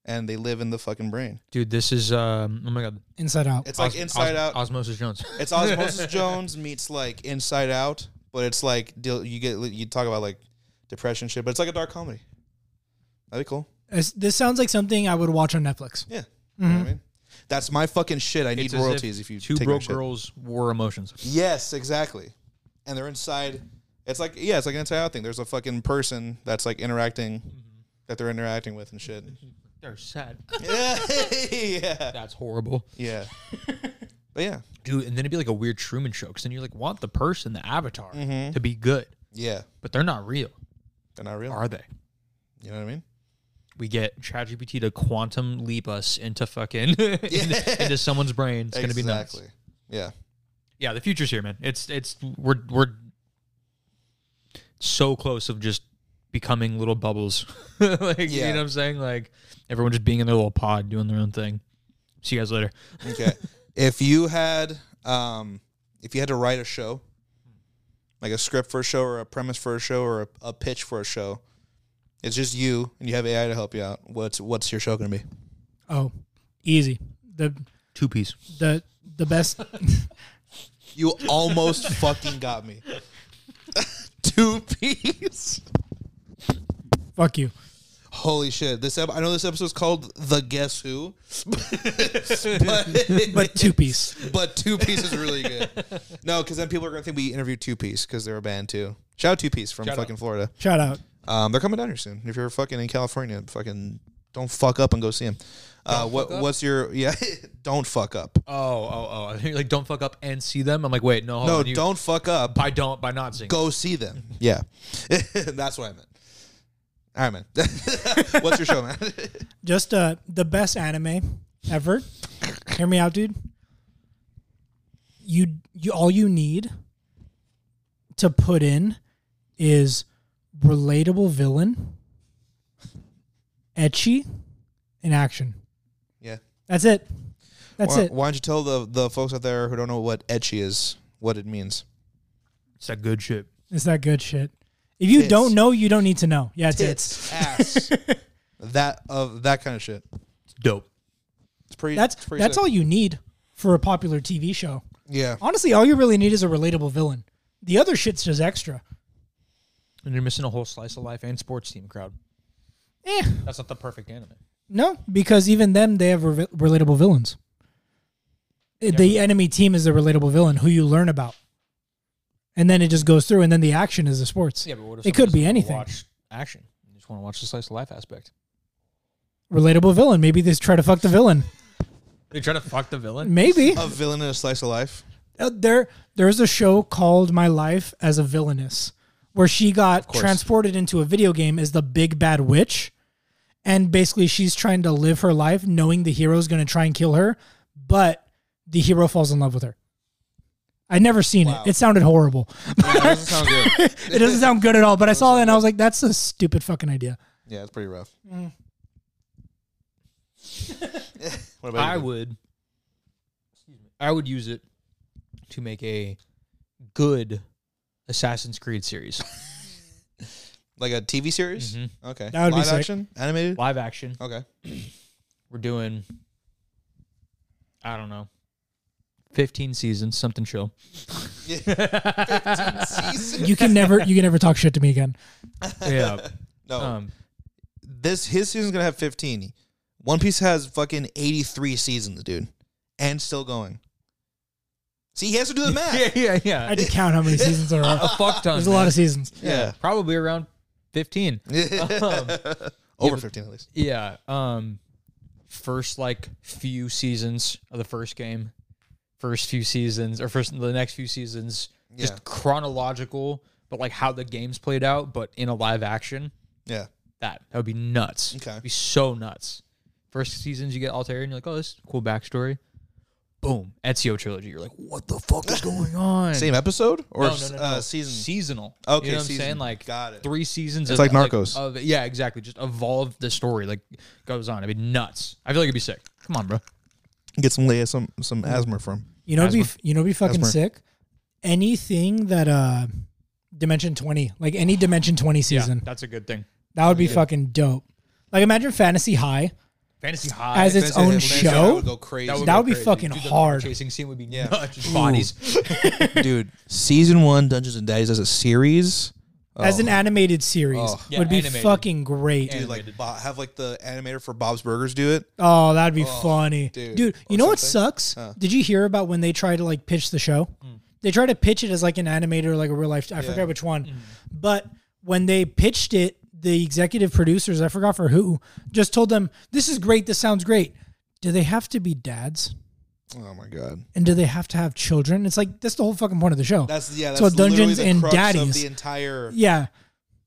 A: and they live in the fucking brain.
B: dude. This is um. Oh my god,
C: Inside Out.
A: It's like
B: Os-
A: Inside
B: Os-
A: Out.
B: Osmosis Jones.
A: It's Osmosis Jones meets like Inside Out, but it's like deal- you get you talk about like depression shit, but it's like a dark comedy. That'd be cool.
C: This, this sounds like something I would watch on Netflix.
A: Yeah, You know what I mean? that's my fucking shit. I need
B: It's as
A: royalties if, you
B: two
A: take my
B: broke
A: shit.
B: girls wore emotions.
A: Yes, exactly. And they're inside. It's like yeah, it's like an Inside Out thing. There's a fucking person that's like interacting. That they're interacting with and shit.
B: They're sad.
A: yeah, yeah,
B: That's horrible,
A: yeah. But yeah,
B: dude. And then it'd be like a weird Truman show because then you like want the person, the avatar,
A: Mm-hmm.
B: to be good,
A: yeah.
B: but they're not real,
A: They're not real.
B: are they?
A: You know what I mean?
B: We get ChatGPT to quantum leap us into fucking into, into someone's brain. It's gonna be nuts.
A: exactly. Yeah.
B: yeah, the future's here, man. It's it's we're we're so close of just becoming little bubbles. like you
A: Yeah.
B: know what I'm saying? Like everyone just being in their little pod doing their own thing. See you guys later.
A: Okay. if you had um if you had to write a show, like a script for a show or a premise for a show or a, a pitch for a show, it's just you and you have AI to help you out. What's what's your show gonna be?
C: Oh, easy. The
B: Two piece.
C: the the best.
A: You almost fucking got me. Two piece.
C: fuck you.
A: Holy shit! This ep- I know this episode's called "The Guess Who," but,
C: But two piece.
A: but Two Piece is really good. No, because then people are gonna think we interviewed Two Piece because they're a band too. Shout out Two Piece from fucking Florida.
C: Shout out.
A: Um, they're coming down here soon. If you're fucking in California, fucking don't fuck up and go see them. Uh, what what's your yeah? don't fuck up.
B: Oh, oh, oh. You're like don't fuck up and see them. I'm like, wait, no, hold
A: no,
B: on. You-
A: don't fuck up.
B: by don't by not seeing.
A: Go see them.
C: Mm-hmm.
A: Yeah, that's what I meant. All right, man. what's your show, man?
C: Just uh the best anime ever. Hear me out, dude. You you all you need to put in is relatable villain, etchy, and action.
A: yeah.
C: That's it. That's
A: why,
C: it.
A: why don't you tell the the folks out there who don't know what etchy is, what it means?
B: It's that good shit.
C: It's that good shit. If you
A: Tits.
C: don't know, you don't need to know. Yeah, it's
A: ass, that of that kind of shit.
B: It's dope.
A: It's pretty.
C: That's
A: it's pretty
C: that's
A: sick.
C: all you need for a popular TV show.
A: Yeah.
C: Honestly, all you really need is a relatable villain. The other shit's just extra.
B: And you're missing a whole slice of life and sports team crowd.
C: Eh,
B: That's not the perfect anime.
C: no, because even them, they have re- relatable villains. Eh, The enemy team is the relatable villain who you learn about, and then it just goes through, and then the action is the sports.
B: Yeah, but what if
C: It
B: someone
C: could be
B: just wanna
C: anything.
B: Watch action. You just want to watch the slice of life aspect.
C: Relatable villain. Maybe they try to fuck the villain.
B: They try to fuck the villain.
C: Maybe
A: A villain in a slice of life.
C: Uh, there there's a show called My Life as a Villainess where she got transported into a video game as the big bad witch and basically she's trying to live her life knowing the hero's going to try and kill her but the hero falls in love with her. I never seen it. It sounded horrible.
A: Yeah, that doesn't sound good.
C: it doesn't sound good at all, but I saw it and I was like that's a stupid fucking idea.
A: Yeah, it's pretty rough.
C: Mm.
A: what about
B: I
A: you?
B: would. Excuse me. I would use it to make a good Assassin's Creed series,
A: Like a TV series?
B: Mhm.
A: Okay.
C: That would be
A: Live
C: sick.
A: action? Animated?
B: live action.
A: Okay.
B: We're doing. I don't know. 15 seasons, something chill.
C: You can never you can never talk shit to me again.
A: No.
B: Yeah. Um,
A: this his season's gonna have fifteen. One Piece has fucking eighty three seasons, dude. And still going. See, he has to do the math.
B: yeah, yeah,
C: I
B: yeah.
C: had to count how many seasons there
B: A
C: are.
B: fuck ton.
C: There's a lot
B: man.
C: of seasons.
A: Yeah. Um,
B: Probably around 15.
A: Over fifteen at least.
B: Yeah. Um first like few seasons of the first game, first few seasons or first the next few seasons
A: Yeah.
B: just chronological but like how the game's played out but in a live action.
A: Yeah.
B: That that would be nuts.
A: Okay.
B: It'd be so nuts. First seasons you get Altair and you're like, "Oh, this is a cool backstory." boom, Ezio trilogy. You're like, what the fuck is going on?
A: Same episode or
B: No, no, no,
A: Uh,
B: no.
A: season?
B: seasonal.
A: Okay,
B: you know what
A: season.
B: I'm saying? Like
A: Got it.
B: three seasons.
A: It's
B: of,
A: like Narcos.
B: of- yeah, exactly. Just evolve the story. Like goes on. It'd be nuts. I feel like it'd be sick. Come on, bro.
A: Get some lay some some asthma from.
C: You know, what'd be
B: Asthma.
C: f- you know, what'd be fucking
A: Asthma.
C: sick. Anything that uh, Dimension Twenty, like any Dimension Twenty season,
B: Yeah, that's a good thing.
C: that would be fucking dope. Like imagine Fantasy High
B: Fantasy high.
C: as its
A: Fantasy
C: own
A: High- Fantasy High
C: show.
A: would go crazy.
B: That would
C: That
B: go
C: would be
B: crazy.
C: fucking
B: Dude, the
C: hard.
B: Chasing scene would be
A: Yeah.
B: nuts. Just bodies.
A: dude. Season one, Dungeons and Daddies as a series.
C: As an animated series
A: Oh.
B: Yeah,
C: would be
B: animated.
C: fucking great.
A: Dude, like Bo- have like the animator for Bob's Burgers do it.
C: Oh, that'd be funny,
A: dude.
C: dude.
A: Or
C: you know what
A: something. Hmm.
C: sucks? Did you hear about when they try to like pitch the show? They try to pitch it as like an animator, or, like a real life. I forget which one,
A: Hmm.
C: but when they pitched it, the executive producers, I forgot for who, just told them, "This is great. This sounds great." Do they have to be dads?
A: Oh my god.
C: And do they have to have children? It's like that's the whole fucking point of the show.
A: That's yeah. That's
C: So Dungeons
A: literally the
C: and
A: crux of
C: Daddies.
A: the entire.
C: yeah.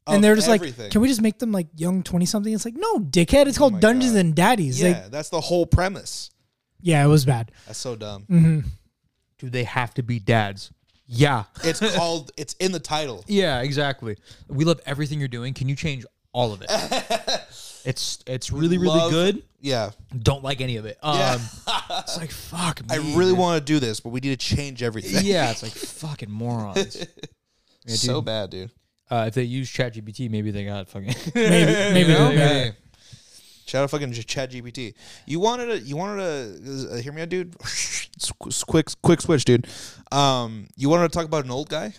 A: of
C: And they're just
A: everything. Oh
C: like, can we just make them like young twenty something? It's like, no, dickhead. It's called
A: my
C: Dungeons
A: God.
C: and Daddies.
A: Yeah,
C: Like,
A: that's the whole premise.
C: yeah, it was bad.
A: That's so dumb.
B: Do they have to be dads? Yeah.
A: It's called. It's in the title.
B: Yeah, exactly. We love everything you're doing. Can you change all of it? it's it's really really
A: Love-
B: good.
A: Yeah,
B: Don't like any of it. Um,
A: Yeah.
B: it's like fuck.
A: I
B: me,
A: really
B: dude.
A: want to do this, but we need to change everything.
B: Yeah, it's like fucking morons. Yeah,
A: so
B: dude.
A: bad, dude.
B: Uh, if they use ChatGPT, maybe they got fucking.
C: Maybe, maybe
B: You know?
C: they got-
B: Yeah.
A: Shout out fucking Chat GPT. You wanted to, you wanted to uh, hear me out, dude. It's qu- it's quick, quick switch, dude. Um, you wanted to talk about an old guy.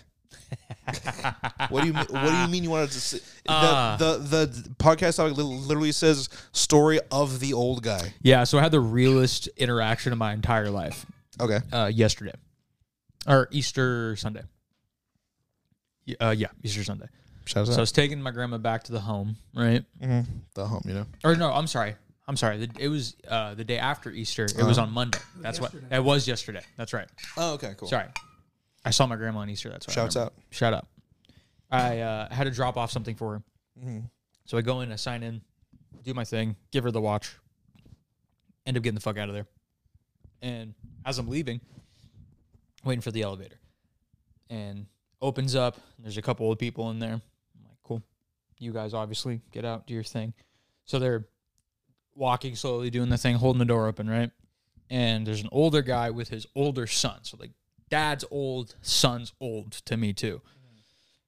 A: what do you mean? What do you mean? You wanted to s
B: Ah.
A: the, the the podcast topic li- literally says story of the old guy.
B: Yeah, so I had the realest interaction of my entire life
A: Okay,
B: uh, yesterday, or Easter Sunday. Y- Uh, yeah, Easter Sunday.
A: shout
B: So I
A: out
B: was taking my grandma back to the home, right?
A: the home. You know,
B: Or no, I'm sorry. I'm sorry. The- It was uh, the day after Easter. It was on Monday. That's what it was Uh-huh. yesterday. That's right.
A: Oh, okay, cool.
B: Sorry, I saw my grandma on Easter. That's right.
A: Shouts out.
B: Shout out. I uh, had to drop off something for her, so I go in, I sign in, do my thing, give her the watch, end up getting the fuck out of there. And as I'm leaving, waiting for the elevator, and opens up. There's a couple old people in there. I'm like, cool. You guys obviously get out, do your thing. So they're walking slowly, doing the thing, holding the door open, right? And there's an older guy with his older son. So like dad's old, son's old to me too.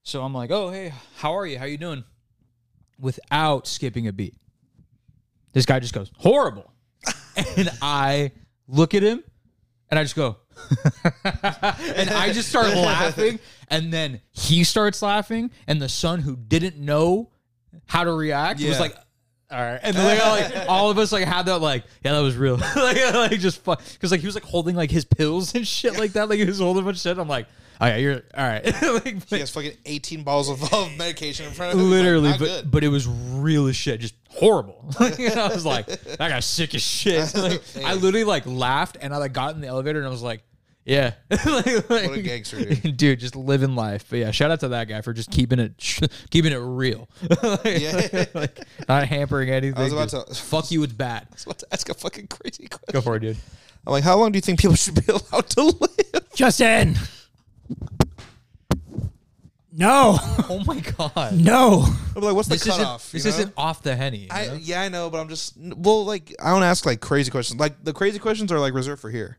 B: So I'm like, oh hey, how are you? How you doing? Without skipping a beat. This guy just goes, horrible. and I look at him and I just go, and I just start laughing. And then he starts laughing. And the son who didn't know how to react was
A: Yeah.
B: like, all right. And then like, all, like, all of us like had that like, yeah, that was real. like, like just fuck. Cause like he was like holding like his pills and shit like that. Like he was holding a bunch of shit. I'm like, all right, you're all right. like,
A: He has fucking eighteen bottles of, of medication in front of him. He's like,
B: literally,
A: "Not
B: but
A: good."
B: but it was real as shit, just horrible. and I was like, that guy's sick as shit. Like, I literally like laughed and I like got in the elevator and I was like, yeah, like,
A: a gangster, dude.
B: just living life. But yeah, shout out to that guy for just keeping it keeping it real,
A: Yeah.
B: Like, not hampering anything.
A: was about
B: just,
A: to-
B: fuck you, it's bad.
A: About to ask a fucking crazy question.
B: Go for it, dude.
A: I'm like, how long do you think people should be allowed to live?
C: Justin. No,
B: Oh my god,
C: no.
A: I'm like, what's the
B: this isn't
A: cutoff?
B: this
A: you know?
B: isn't off the henny. you
A: I,
B: know?
A: yeah, I know, but I'm just n- well, like I don't ask like crazy questions. Like the crazy questions are like reserved for here.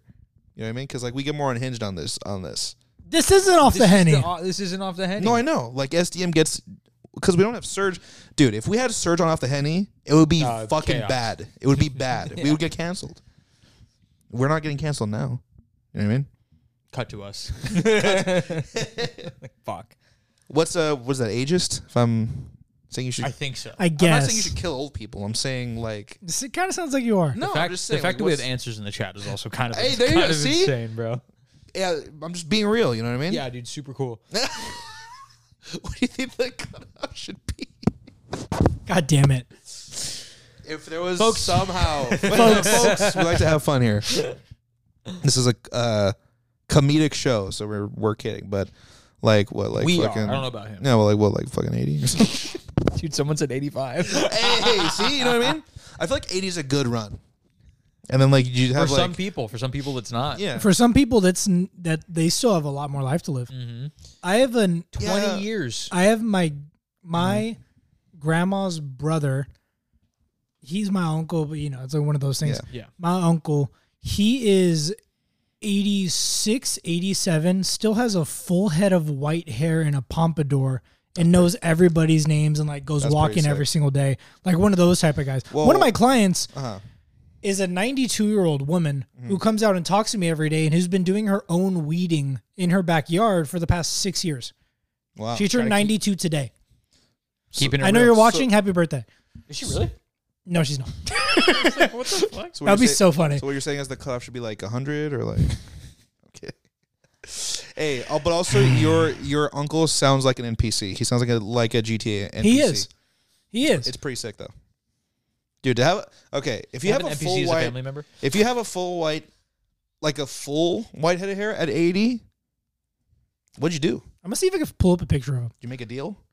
A: You know what I mean? Because like we get more unhinged on this. On this,
C: This isn't off
B: This
C: the
B: is
C: henny.
B: o- this isn't off the henny.
A: no, I know. Like SDM gets because we don't have surge, dude. If we had surge on off the henny, it would be
B: Uh,
A: fucking
B: chaos.
A: bad. It would be bad. We would get canceled. We're not getting canceled now. You know what I mean?
B: cut to us. fuck.
A: What's uh, what's that ageist? If I'm saying you should,
B: I think so.
C: I
A: I'm not saying you
C: guess.
A: should kill old people. I'm saying like
C: This- It kind of sounds like you are.
A: no.
B: the fact,
A: I'm just saying
B: the fact
A: like,
B: that we
A: what's-
B: have answers in the chat is also kind of,
A: Hey, there you
B: kind
A: go,
B: of
A: see?
B: insane, bro.
A: Yeah, I'm just being real. You know what I mean?
B: Yeah, dude, super cool.
A: What do you think the cutoff should be?
C: God damn it.
A: If there was folks somehow, folks. we like to have fun here. This is a uh, comedic show, so we're we're kidding. But like what, like
B: We are.
A: fucking,
B: I don't know about him.
A: No, well, like what, like fucking eighty or something.
B: Dude, someone said 85.
A: hey, see, you know what I mean? I feel like eighty is a good run. and then like you
B: For
A: have like
B: some people, for some people, it's not.
A: yeah
C: For some people, that's n- that they still have a lot more life to live.
B: Mhm.
C: I have an
B: Twenty
A: Mm-hmm. Yeah.
B: years.
C: I have my my
A: Mm-hmm.
C: grandma's brother. He's my uncle, but you know, it's like one of those things.
B: Yeah. Yeah.
C: My uncle, he is 86, 87, still has a full head of white hair and a pompadour and knows everybody's names and like goes
A: That's pretty
C: walking every
A: sick.
C: single day. Like one of those type of guys.
A: Well-
C: one of my clients
A: uh-huh.
C: is a 92 year old woman
A: Mm-hmm.
C: who comes out and talks to me every day and who's been doing her own weeding in her backyard for the past six years.
A: wow
C: She turned 92 today.
B: Keeping it.
C: I know
B: real.
C: you're watching. Happy birthday.
D: Is she really?
C: No, she's not.
A: So what
C: That'd
A: you're
C: be
A: say-
C: so funny.
A: So what you're saying is the cutoff should be like hundred or like okay. Hey, oh, but also your your uncle sounds like an NPC. He sounds like a like a GTA NPC.
C: He is. He is.
A: It's pretty sick though, dude. To have okay, if you have a
B: Having
A: full
B: NPCs a
A: white,
B: family member.
A: if you have a full white, like a full white head of hair at eighty, what'd you do?
C: I'm gonna see if I can pull up a picture of him.
A: Did you make a deal?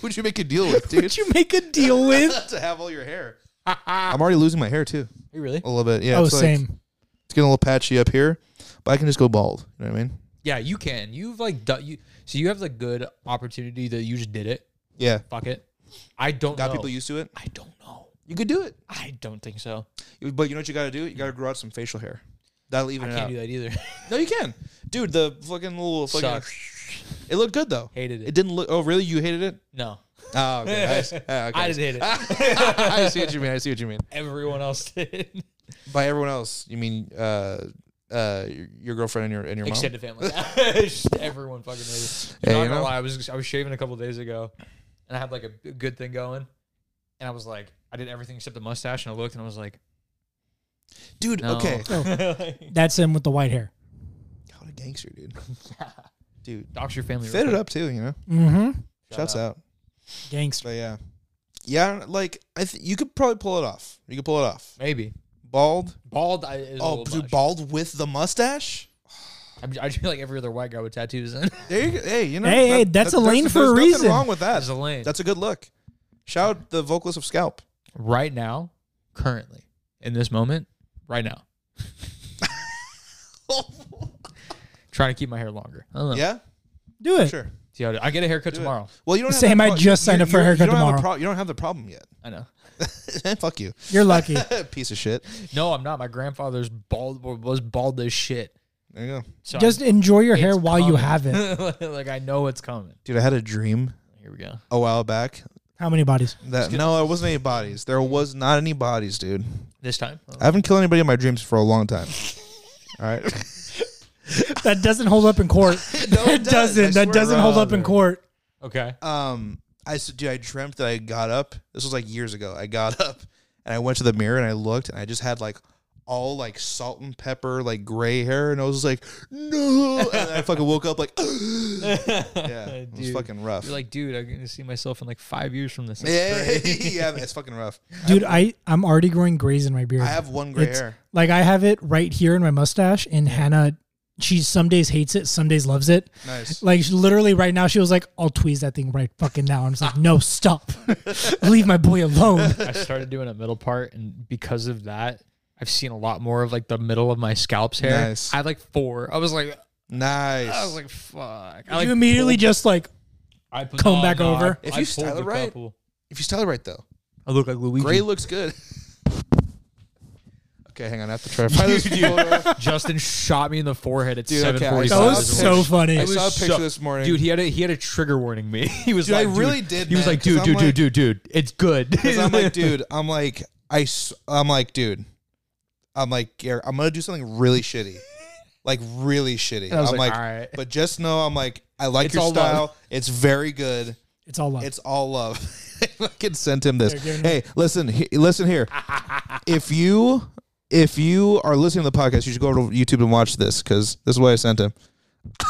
A: Who'd you make a deal with, dude?
C: Did you make a deal with?
A: to have all your hair. I'm already losing my hair too,
D: You really?
A: a little bit. Yeah,
C: oh,
A: it's like-
C: same.
A: It's getting a little patchy up here, but I can just go bald. You know what I mean?
B: Yeah, you can. You've like done you. So you have the good opportunity that you just did it.
A: Yeah.
B: Fuck it. I don't
A: Got
B: know.
A: people used to it.
B: I don't know.
A: You could do it.
B: I don't think so.
A: But you know what you got to do? You got to grow out some facial hair. That'll
B: I
A: even it
B: can't
A: out.
B: do that either.
A: No, you can. Dude, the fucking little fucking.
B: Sucks.
A: It looked good though.
B: Hated it.
A: It didn't look. Oh, really? You hated it?
B: No,
A: Oh, okay. I, s- ah, okay.
B: I didn't hate it.
A: I see what you mean. I see what you mean.
B: Everyone else did.
A: By everyone else, you mean uh, uh, your- your girlfriend and your and your mom.
B: Extended family. Just Everyone fucking hated. it.
A: Hey,
B: You're not
A: you
B: gonna
A: know-
B: lie. I was I was shaving a couple days ago, and I had like a b- good thing going, and I was like, I did everything except the mustache, and I looked, and I was like,
A: Dude,
B: no.
A: okay.
C: That's him with the white hair.
A: What a gangster, dude. Dude,
B: Dox your family.
A: fit it up too. You know,
C: Mm-hmm.
A: shouts out.
C: Gangster.
A: But yeah, yeah, like I th- you could probably pull it off. You could pull it off.
B: Maybe
A: Bald.
B: bald. I, is
A: Oh, dude, bald with the mustache.
B: I, I feel like every other white guy with tattoos in.
A: There you go. Hey, you know,
C: Hey, hey, that's a lane
A: there's-
C: for a
A: there's nothing
C: reason.
A: Wrong with that?
B: That's a lane.
A: That's a good look. Shout out the vocalist of Scalp.
B: right now, currently, in this moment, right now. Trying to keep my hair longer. I don't know.
A: Yeah,
C: Do it.
A: sure.
B: See how it- I get a haircut
A: Do it.
B: tomorrow.
A: Well, you don't have
C: Same,
A: that
C: I just signed
A: you-
C: up for a
A: you- you
C: haircut
A: don't have a
C: tomorrow.
A: pro- you don't have the problem yet.
B: I know.
A: Fuck you,
C: You're lucky.
A: piece of shit.
B: No, I'm not. My grandfather's bald was bald as shit.
A: There you go,
B: So
C: Just
B: I-
C: enjoy your
B: it's
C: hair while you
B: coming.
C: have it.
B: like I know it's coming.
A: dude. I had a dream
B: Here we go.
A: a while back
C: How many bodies?
A: that no, there wasn't any bodies. There was not any bodies, dude.
B: This time. Oh.
A: I haven't killed anybody in my dreams for a long time. All right.
C: That doesn't hold up in court.
A: No,
C: it doesn't. That doesn't hold up in court.
B: Okay.
A: Um, I said, dude, I dreamt that I got up. This was like years ago. I got up and I went to the mirror and I looked and I just had like all like salt and pepper, like gray hair, and I was like, no. And then I fucking woke up like, yeah, it was
B: Dude.
A: fucking rough.
B: You're like, dude, I'm gonna see myself in like five years from this. That's
A: yeah,
B: great.
A: yeah, it's fucking rough.
C: Dude, I, I'm already growing grays in my beard.
A: I have one gray
C: It's-
A: hair.
C: Like I have it right here in my mustache, and Hannah, she some days hates it, some days loves it.
A: Nice.
C: Like she- literally right now, she was like, "I'll tweeze that thing right fucking now." I'm just like, "No, stop, leave my boy alone."
B: I started doing a middle part, and because of that, I've seen a lot more of like the middle of my scalp's hair.
A: Nice.
B: I had like four. I was like,
A: Nice.
B: I was like, fuck. I
C: you
B: like
C: immediately just like,
B: pulled- I put,
C: comb back over.
A: If you style it right, if you style it right though,
B: I look like Luigi.
A: gray looks good. okay, hang on. I have to try to find this photo.
B: Justin shot me in the forehead at
A: Dude, okay,
B: seven
A: I
B: forty
A: saw
C: that
B: five.
C: was so funny.
A: I
B: was
A: saw a picture
B: so-
A: this morning.
B: Dude, he had a he had a trigger warning me. He was
A: Dude, I
B: like,
A: really did,
B: He was
A: man,
B: like,
A: 'cause
B: dude,
A: I'm
B: dude,
A: like-
B: dude, dude, dude, it's good.
A: Because I'm like, dude, I'm like, I, s- I'm like, dude, I'm like, Garrett, I'm gonna do something really shitty, like really shitty.
B: I was
A: I'm
B: like,
A: like,
B: "Alright."
A: but just know, I'm like, I like
B: It's
A: your
B: all
A: style.
B: love.
A: It's very good.
C: "It's all love."
A: It's all love. I fucking sent him this.
C: They're giving
A: Hey, listen, he, listen here. if you, if you are listening to the podcast, you should go to YouTube and watch this because this is what I sent him.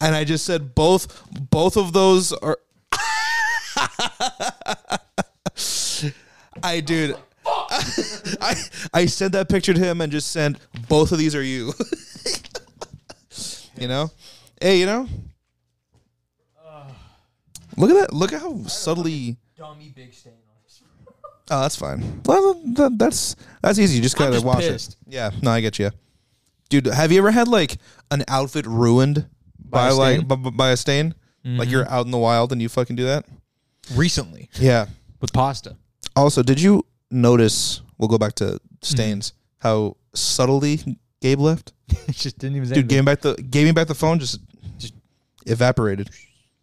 A: and I just said both, both of those are. I dude. I I sent that picture to him and just sent both of these are you. you know? Hey, you know? Look at that. Look at how subtly
B: dummy big stain on
A: Oh, that's fine. Well, that- that's that's easy. You just gotta
B: just
A: wash
B: pissed.
A: it. Yeah. No, I get you, dude. Have you ever had like an outfit ruined by,
B: a
A: like
B: stain? Mm-hmm.
A: b- b- by a stain? Like you're out in the wild and you fucking do that?
B: recently
A: Yeah.
B: with pasta.
A: Also, did you notice? We'll go back
B: Mm-hmm.
A: to stains. How subtly Gabe left.
B: just didn't even say
A: Dude,
B: anything.
A: gave him back the gave me back the phone. Just,
B: Just-
A: evaporated.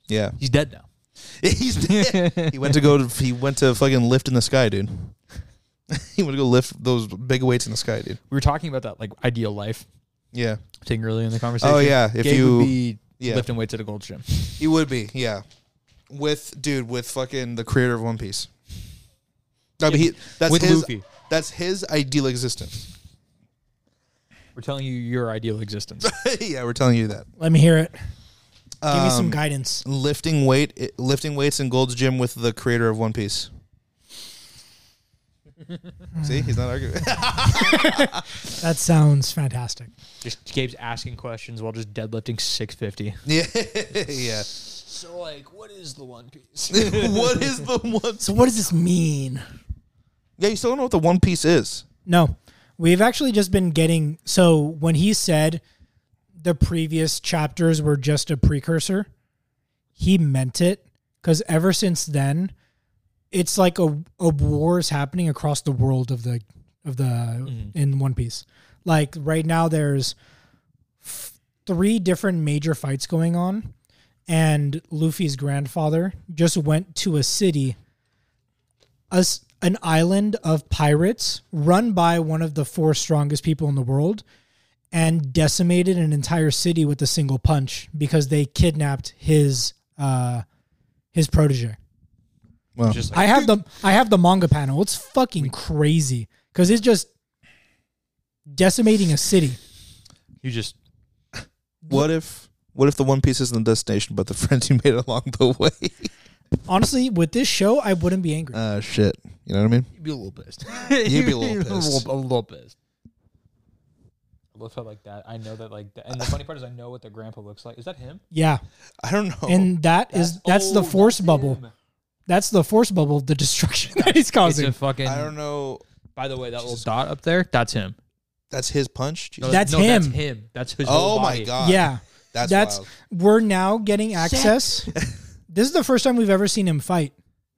A: Yeah.
B: He's dead now.
A: He's dead. he went to go. To, he went to fucking lift in the sky, dude. he went to go lift those big weights in the sky, dude.
B: We were talking about that like ideal life
A: Yeah.
B: thing earlier in the conversation.
A: Oh yeah. If
B: Gabe
A: you
B: would be
A: yeah.
B: lifting weights at a gold gym.
A: He would be, yeah. With dude, with fucking the creator of One Piece. No, but he, that's
B: With
A: his.
B: Luffy.
A: That's his ideal existence.
B: We're telling you your ideal existence.
A: yeah, we're telling you that.
C: Let me hear it. Give me some
A: Um,
C: guidance.
A: Lifting weight, it- lifting weights in Gold's Gym with the creator of One Piece. See, he's not arguing.
C: That sounds fantastic.
B: just Gabe's asking questions while just deadlifting 650.
A: yeah, yeah.
B: So like, what is the One Piece?
A: what is the one?
C: So what does this mean?
A: Yeah, you still don't know what the One Piece is.
C: No. We've actually just been getting so when he said the previous chapters were just a precursor, he meant it cuz ever since then it's like a a war is happening across the world of the of the in One Piece. Like right now there's f- three different major fights going on and Luffy's grandfather just went to a city us an island of pirates run by one of the four strongest people in the world and decimated an entire city with a single punch because they kidnapped his uh his protege.
A: Well,
B: just like,
C: I have the I have the manga panel. It's fucking crazy cuz it's just decimating a city.
B: you just
A: what if? What if the One Piece isn't the destination, but the friends you made along the way?
C: Honestly, with this show I wouldn't be angry.
A: Ah, shit. You know what I mean?
B: you'd be a little pissed.
A: You'd be a little pissed.
B: A little pissed.
D: I love how like that. I know that like, that, and the funny part is I know what their grandpa looks like. Is that him?
C: Yeah.
A: I don't know.
C: and that is that's the
D: oh,
C: force
D: that's
C: bubble.
D: him.
C: That's the force bubble of the destruction that he's
B: It's
C: causing.
B: a fucking.
A: I don't know.
B: By the way, that little dot up there, that's him.
A: That's his punch. Jesus.
B: No,
C: That's
B: no, That's
C: him.
B: him. That's his.
A: oh
B: whole
A: my
B: body.
A: god.
C: yeah.
A: That's
C: That's,
A: wild.
C: we're now getting access. this is the first time we've ever seen him fight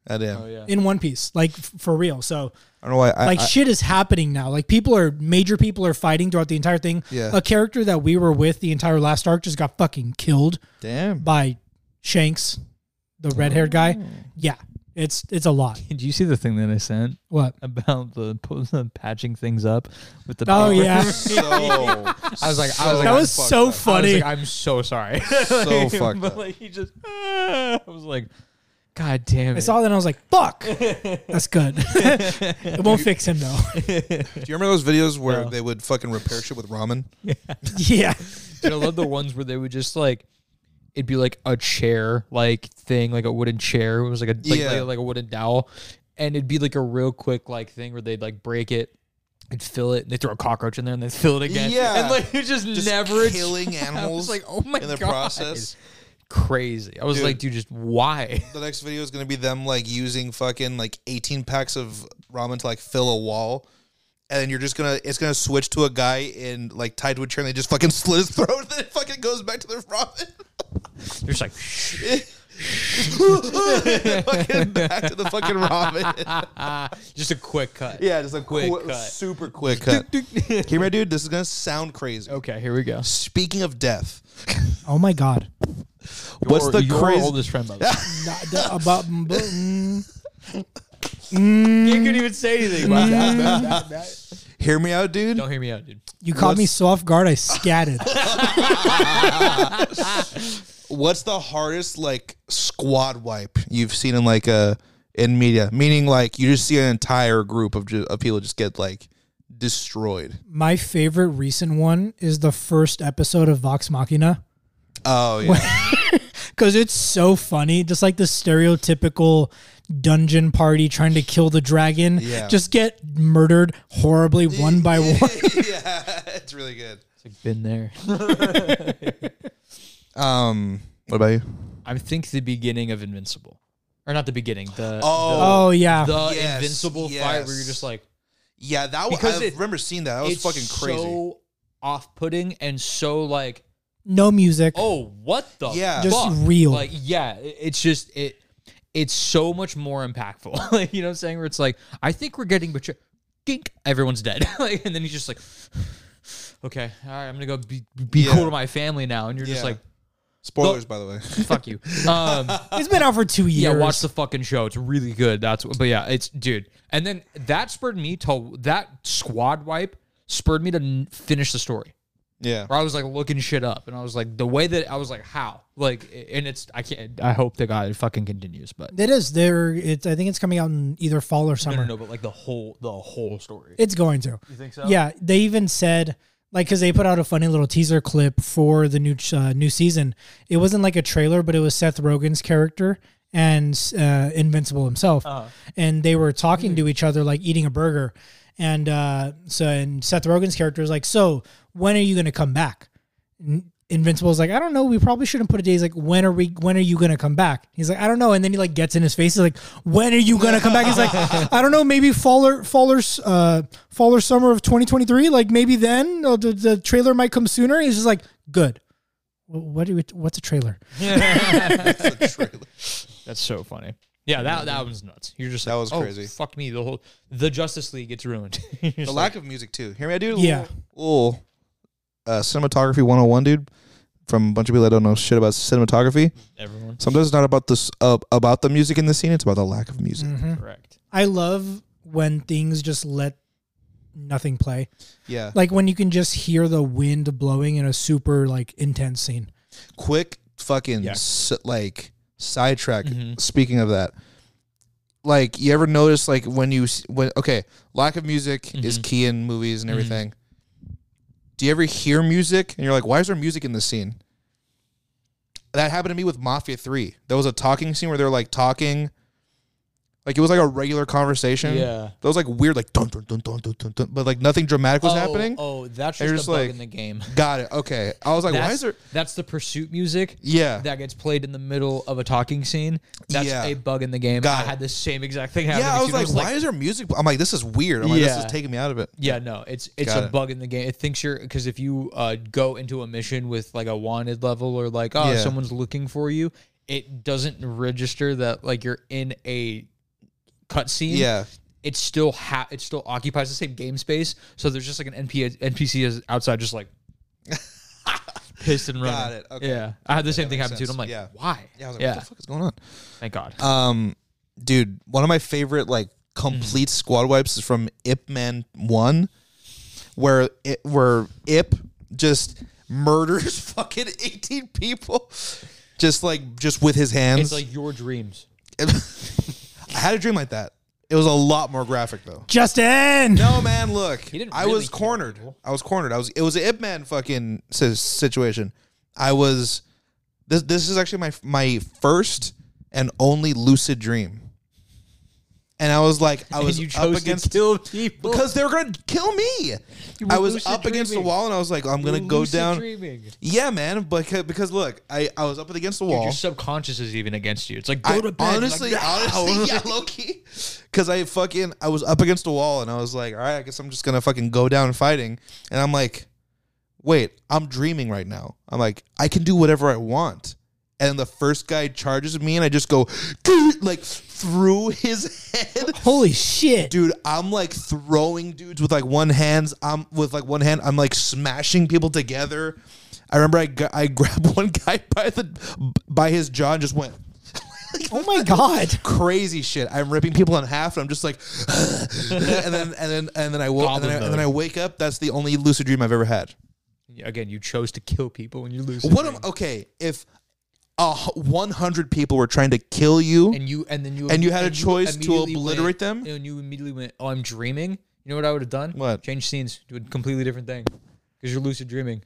A: I did.
D: Oh yeah.
C: in One Piece, like f- for real. So
A: I don't know why. I,
C: like
A: I-
C: shit is happening now. Like people are major people are fighting throughout the entire thing.
A: Yeah.
C: A character that we were with the entire last arc just got fucking killed
A: damn.
C: by Shanks, the red haired guy. Yeah. It's it's a lot.
B: Did you see the thing that I sent
C: What?
B: about the, po- the patching things up with the?
C: Oh
B: paper?
C: yeah.
A: So I
B: was like- I was like,
C: that was so
B: I
C: funny.
B: was like, I'm so sorry.
A: So fucked
B: but
A: up.
B: like he just, ah, I was like, God damn it!
C: I saw that and I was like, fuck. That's good. it won't fix him though.
A: Do you remember those videos where they would fucking repair shit with ramen?
C: yeah.
B: Dude, I love the ones where they would just like, it'd be like a chair like thing, like a wooden chair. It was like a like,
A: Yeah.
B: like, like a wooden dowel, and it'd be like a real quick like thing where they'd like break it. And fill it, and they throw a cockroach in there, and they fill it again.
A: Yeah.
B: and like you just,
A: Just
B: never
A: killing
B: I was
A: animals
B: like, oh my
A: in the
B: god,
A: process.
B: crazy. I was
A: Dude.
B: like, dude, just why?
A: The next video is gonna be them like using fucking like 18 packs of ramen to like fill a wall. And then you're just gonna, it's gonna switch to a guy in like tied to a chair and they just fucking slit his throat and then it fucking goes back to the ramen.
B: You're just like,
A: fucking back to the fucking ramen.
B: just a quick cut.
A: yeah, just a quick,
B: cut.
A: super quick cut. Here, my dude, this is gonna sound crazy.
B: Okay, here we go.
A: Speaking of death,
C: Oh my god.
A: what's the
B: your
A: crazy?
B: oldest friend? By the way.
C: Nah, the- uh, about- mm,
B: you couldn't even say anything. About that.
A: Hear me out, dude.
B: Don't hear me out, dude.
C: you caught me
A: What's-
C: so off guard. I scattered.
A: What's the hardest like squad wipe you've seen in like uh in media? Meaning like you just see an entire group of ju- of people just get like destroyed.
C: My favorite recent one is the first episode of Vox Machina
A: Oh yeah,
C: because it's so funny. Just like the stereotypical dungeon party trying to kill the dragon,
A: Yeah.
C: just get murdered horribly one by one.
A: yeah, it's really good.
B: It's like been there.
A: Um, what about you?
B: I think the beginning of Invincible. or not the beginning. The
A: Oh,
C: Oh yeah.
B: the, the
A: yes,
B: invincible fight where you're
A: yes.
B: just like
A: Yeah, that w-
B: Because
A: I
B: it-
A: remember seeing that. That was
B: it's
A: fucking crazy.
B: So off-putting and so like
C: no music.
B: oh what the
A: Yeah.
C: Just
B: fuck?
C: real.
B: like yeah it- it's just it it's so much more impactful like you know what i'm saying where it's like i think we're getting betrayed dink everyone's dead like and then he's just like okay all right i'm gonna go be, be
A: Yeah.
B: cool to my family now and you're just
A: Yeah.
B: like
A: Spoilers, by the way.
B: fuck you um
C: it's been out for two
B: yeah
C: years.
B: watch the fucking show it's really good that's but yeah it's dude and then that spurred me to that squad wipe spurred me to n- finish the story
A: Yeah.
B: where I was like looking shit up, and I was like, the way that I was like, how? Like, and it's I can't. I hope that God it fucking continues, but
C: it is there. It's I think it's coming out in either fall or
B: I
C: summer.
B: don't know. But like the whole the whole story.
C: It's going to.
D: You think so?
C: Yeah, they even said like because they put out a funny little teaser clip for the new uh, new season. It wasn't like a trailer, but it was Seth Rogen's character and uh, Invincible himself,
D: Uh-huh.
C: and they were talking
D: Hmm.
C: to each other like eating a burger, and uh, so and Seth Rogen's character is like, "So when are you going to come back?" N- Invincible's like, I don't know. We probably shouldn't put a day. He's like, when are we? When are you gonna come back? He's like, I don't know. And then he like gets in his face. He's like, when are you gonna come back? He's like, I don't know. Maybe fall or fall or uh, fall or summer of 2023. Like maybe then uh, the, the trailer might come sooner. He's just like, good. Wh- What do we, what's a trailer?
B: That's so funny. Yeah, that that was nuts. You're just
A: That
B: like,
A: was
B: oh,
A: crazy.
B: Fuck me. The whole the Justice League gets ruined. You're
A: the
B: just
A: lack of music too. Hear me? I do.
C: Yeah.
A: Little, uh, cinematography 101, dude. From a bunch of people that don't know shit about cinematography.
B: like, everyone
A: Sometimes it's not about this uh, about the music in the scene. It's about the lack of music.
B: correct.
C: I love when things just let nothing play.
A: Yeah.
C: Like when you can just hear the wind blowing in a super like intense scene.
A: quick fucking
B: Yeah. Mm-hmm.
A: s- like sidetrack speaking of that like you ever notice like when you s- when okay lack of music is
B: Mm-hmm.
A: key in movies and everything do you ever hear music and you're like why is there music in this scene that happened to me with mafia 3 there was a talking scene where they're like talking like it was like a regular conversation
B: Yeah.
A: that was like weird like dun dun dun dun dun dun, dun but like nothing dramatic was
B: oh,
A: happening
B: Oh, that's
A: And
B: just,
A: you're
B: a
A: just
B: bug
A: like,
B: in the game.
A: got it okay i was like
B: That's,
A: why is there
B: that's the pursuit music
A: yeah
B: that gets played in the middle of a talking scene. That's
A: Yeah.
B: a bug in the game.
A: Got
B: I
A: it.
B: had the same exact thing happen.
A: Yeah, I was like, why is there music? I'm like, this is weird. I'm like, this
B: Yeah.
A: is taking me out of it.
B: Yeah, no, it's it's
A: Got
B: a
A: it.
B: bug in the game. It thinks you're because if you uh, go into a mission with like a wanted level or like oh
A: Yeah.
B: someone's looking for you, it doesn't register that like you're in a cutscene.
A: Yeah.
B: it still ha it still occupies the same game space. So there's just like an NP- NPC is outside just like pissed and running.
A: Got it, okay.
B: Yeah, I had the same thing
A: makes
B: happen too. And I'm like,
A: sense. Yeah.
B: why?
A: Yeah, I was like,
B: yeah,
A: what the fuck is going on?
B: thank God.
A: Um, dude, one of my favorite like complete
B: Mm-hmm.
A: squad wipes is from Ip Man One, where it where Ip just murders fucking 18 people, just like just with his hands.
B: it's like your dreams.
A: I had a dream like that. It was a lot more graphic though.
C: Justin.
A: No man, look.
B: didn't
A: I
B: really
A: was
B: kill
A: cornered.
B: people.
A: I was cornered. I was. It was an Ip Man fucking si- situation. I was. This this is actually my my first and only lucid dream. And I was like, I was
B: you
A: up
B: chose
A: against
B: to kill people
A: because they were gonna kill me.
B: were
A: I was
B: lucid
A: up against the
B: dreaming.
A: wall, and I was like, I'm gonna go
B: Lucid
A: down.
B: Dreaming.
A: Yeah, man. Because because look, I I was up against the
B: Dude,
A: wall.
B: your subconscious is even against you. It's like go
A: I,
B: to bed.
A: honestly,
B: like,
A: honestly, yeah, low key. Because I fucking, I was up against the wall and I was like, all right, I guess I'm just gonna fucking go down fighting. And I'm like, wait, I'm dreaming right now. I'm like, I can do whatever I want. And the first guy charges me and I just go like through his head.
C: Holy shit.
A: Dude, I'm like throwing dudes with like one hands. I'm with like one hand. I'm like smashing people together. I remember I gra- I grabbed one guy by the by his jaw and just went
C: Oh my god.
A: crazy shit. I'm ripping people in half, and I'm just like, and then and then and then I woke and, then I-
B: Goblin
A: and then I wake up. That's the only lucid dream I've ever had.
B: Yeah, Again, you chose to kill people when you lose.
A: What am okay if a h- 100 people were trying to kill you?
B: and you and then you
A: And you had a choice to
B: immediately
A: obliterate
B: went-
A: them?
B: And you immediately went, "Oh, I'm dreaming." You know what I would have done?
A: What?
B: Change scenes, do a completely different thing, because you're lucid dreaming.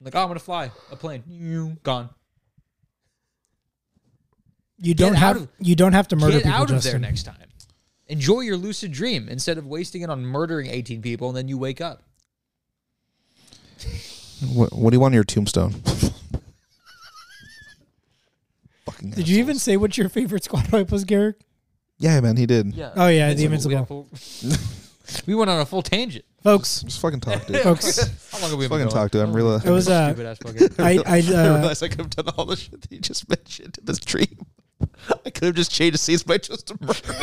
B: like, oh, I'm gonna fly a plane. Gone.
C: You don't
B: out
C: have
B: of-
C: you don't have to murder
B: Get
C: people.
B: out of
C: Justin.
B: there next time. Enjoy your lucid dream instead of wasting it on murdering 18 people and then you wake up.
A: What, what do you want on your tombstone? Fucking
C: Did you even
A: assholes.
C: say what your favorite squad wipe was, Garrick?
A: Yeah, man, he did.
B: Yeah.
C: Oh, yeah, the
B: Invincible. We, had a full- we went on a full tangent.
C: Folks,
A: Just fucking talk, dude.
C: folks,
B: How long have we been
A: fucking
B: going?
A: talk, dude. I'm real.
C: It was, uh,
B: Stupid ass fucking-
C: I, I,
A: I
C: uh,
A: realized I could have done all the shit that you just mentioned in this dream. I could have just changed scenes by just a murder.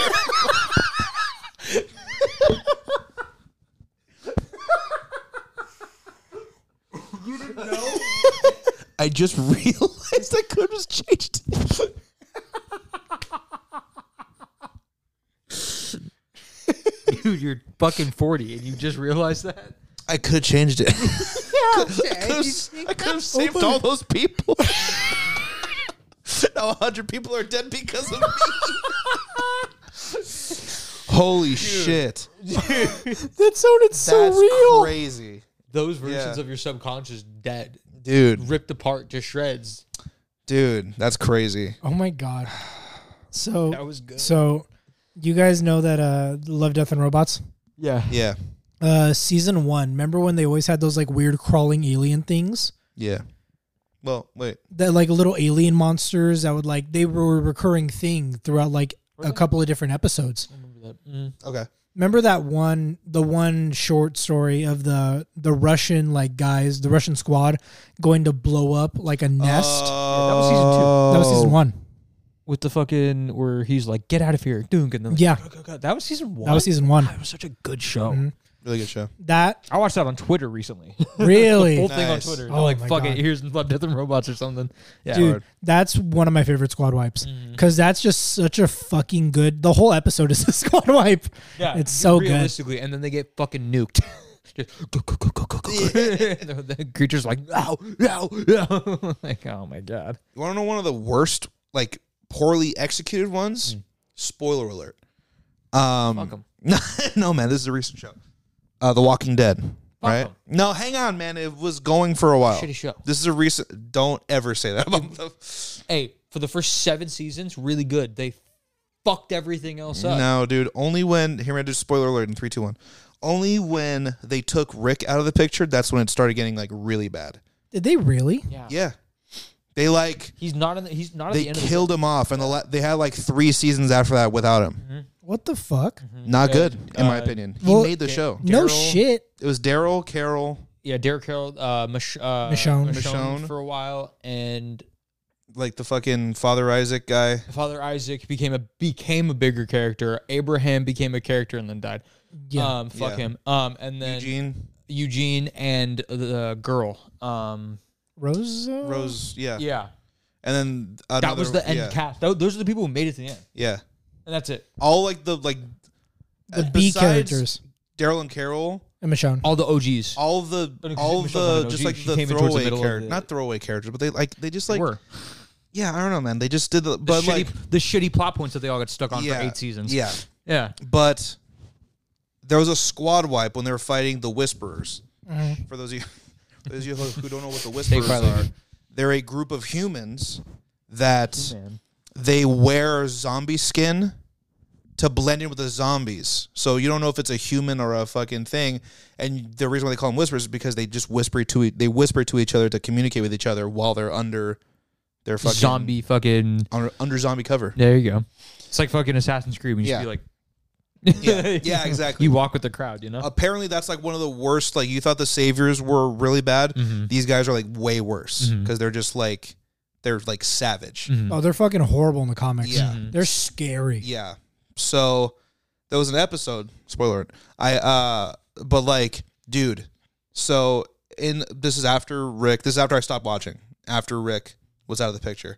A: I just realized I could have just changed it.
B: dude, you're fucking forty, and you just realized that.
A: I could have changed it. I could have saved all those people. now 100 people are dead because of me. Holy shit.
C: that sounded so
A: That's
C: real.
A: crazy.
B: Those versions
A: Yeah.
B: of your subconscious dead,
A: Dude,
B: ripped apart to shreds.
A: dude, that's crazy.
C: Oh my god. So
B: That was good.
C: So, you guys know that uh, Love, Death, and Robots,
B: Yeah.
A: Yeah.
C: uh, season one. Remember when they always had those like weird crawling alien things
A: Yeah. Well, wait.
C: that like little alien monsters that would like they were a recurring thing throughout like a couple of different episodes.
A: Okay.
C: Remember that one, the one short story of the the Russian like guys, the Russian squad going to blow up like a nest.
A: Oh.
D: was season two.
C: that was season one.
B: With the fucking where he's like, get out of here, Dunk, and then like,
C: Yeah.
B: "Go, go, go." That was season Mm-hmm. one.
C: That was season one.
B: That was such a good show.
C: Mhm.
A: Really good show.
C: That
B: I watched that on Twitter recently.
C: really,
B: Whole thing on
A: Nice.
B: Twitter.
C: Oh
B: like,
C: my
B: fuck
C: God.
B: it, here's Love, Death, and Robots or something. Yeah.
C: dude,
A: hard.
C: that's one of my favorite squad wipes because that's just such a fucking good. The whole episode is a squad wipe.
B: Yeah,
C: It's so good.
B: Realistically, and then they get fucking nuked. Just go, go, go, go, go, go, go. the, the creature's like, no, no, no. like, oh my god.
A: You want to know one of the worst, like, poorly executed ones? Spoiler alert.
B: Hmm. Fuck
A: Um,
B: 'em.
A: no, man, this is a recent show. Uh, The Walking Dead. right?
B: 'em.
A: No, hang on, man. It was going for a while.
B: Shitty show.
A: This is a recent. Don't ever say that about the.
B: Hey, for the first seven seasons, really good. They fucked everything else up.
A: No, dude. Only when here, I do spoiler alert in three, two, one. Only when they took Rick out of the picture, that's when it started getting like really bad.
C: Did they really?
B: Yeah.
A: Yeah, they like
B: He's not in the. He's not at
A: they
B: the end of the.
A: killed him off, and the la- they had like three seasons after that without him.
C: What the fuck?
A: Not good, in my
B: Uh,
A: opinion. He
C: well,
A: made the show.
C: No
B: Daryl-
C: shit.
A: It was Daryl Carroll,
B: Yeah, Derek Carroll, uh, Mich- uh,
C: Michonne.
A: Michonne.
B: for a while, and
A: like the fucking Father Isaac guy.
B: Father Isaac became a became a bigger character. Abraham became a character and then died.
C: Yeah.
B: Um, fuck
A: Yeah.
B: him. Um, and then
A: Eugene
B: Eugene and the girl. Um,
C: Rose. uh,
A: Rose, yeah,
B: yeah,
A: and then
B: that
A: another,
B: was the end
A: yeah,
B: cast. Tho- those are the people who made it to the end,
A: Yeah,
B: and that's it.
A: all like the like
C: The
A: uh,
C: B
A: besides
C: characters.
A: Daryl and Carroll.
C: And Michonne.
B: All the OGs.
A: all the
B: But because
A: all
B: Michelle
A: the
B: Monroe,
A: just
B: she-
A: like
B: she
A: the
B: came in towards the
A: throwaway
B: middle of
A: characters,
B: the-
A: not throwaway characters, but they like they just
B: They
A: like
B: were
A: yeah, I don't know, man. They just did the
B: the
A: but
B: shitty,
A: like
B: the shitty plot points that they all got stuck on
A: yeah,
B: for eight seasons.
A: yeah.
B: yeah.
A: But there was a squad wipe when they were fighting the Whisperers. For those of you, for those of you who who don't know what the Whisperers
B: probably
A: are, they're a group of humans that they wear zombie skin to blend in with the zombies. So you don't know if it's a human or a fucking thing. And the reason why they call them whispers is because they just whisper to e- they whisper to each other to communicate with each other while they're under their fucking
B: Zombie fucking.
A: under, under zombie cover.
B: There you go. It's like fucking Assassin's Creed. When you
A: Yeah.
B: yeah. be like,
A: Yeah, yeah, exactly.
B: You walk with the crowd, you know.
A: Apparently, that's like one of the worst. Like you thought the saviors were really bad. These guys are like way worse because they're just like they're like savage.
C: Oh, they're fucking horrible in the comics.
A: Yeah. Mhm.
C: They're scary.
A: Yeah. So there was an episode, spoiler alert. I uh but like, dude, so in this is after Rick, this is after I stopped watching, after Rick was out of the picture.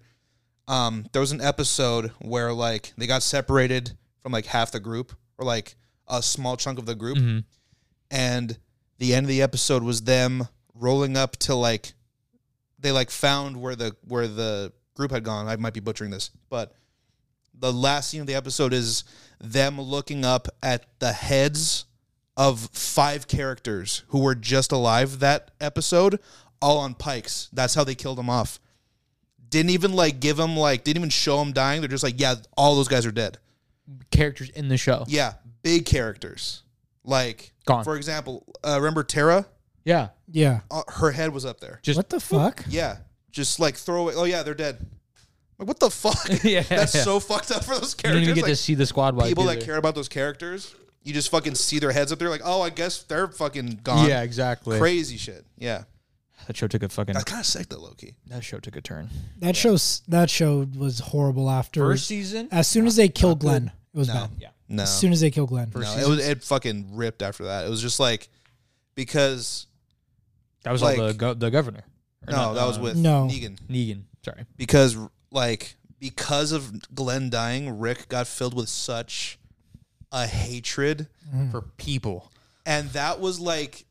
A: Um, there was an episode where like they got separated from like half the group or like a small chunk of the group
B: Mm-hmm.
A: and the end of the episode was them rolling up to like they like found where the where the group had gone. I might be butchering this, but the last scene of the episode is them looking up at the heads of five characters who were just alive that episode, all on pikes. That's how they killed them off. Didn't even like give them like didn't even show them dying. They're just like, yeah, all those guys are dead.
B: Characters in the show.
A: Yeah, big characters. Like,
B: Gone.
A: for example, uh, remember Tara?
B: Yeah.
C: Yeah.
A: Uh, her head was up there.
B: Just
C: What the fuck?
A: Yeah, just like throw away. Oh yeah, they're dead. Like, what the fuck?
B: Yeah,
A: That's
B: yeah.
A: so fucked up for those
B: You didn't
A: characters.
B: even get
A: like,
B: to see the squad wipe.
A: people that
B: either.
A: care about those characters, you just fucking see their heads up there, like, oh, I guess they're fucking gone.
B: Yeah, exactly.
A: Crazy shit. Yeah.
B: That show took a fucking.
A: That's kind of sick, though, Loki.
B: That show took a turn.
C: That show s- that show was horrible after.
B: First season.
C: as soon as they kill Glenn, it was bad.
A: No.
C: As soon as they kill Glenn.
A: no, it, was, it fucking ripped after that. It was just like, because,
B: That was all
A: like-
B: the go- the governor. Or
A: no,
B: not,
A: that was
B: uh,
A: with
C: No.
A: Negan.
B: Negan. Sorry.
A: Because, like, because of Glenn dying, Rick got filled with such a hatred
B: For people.
A: and that was like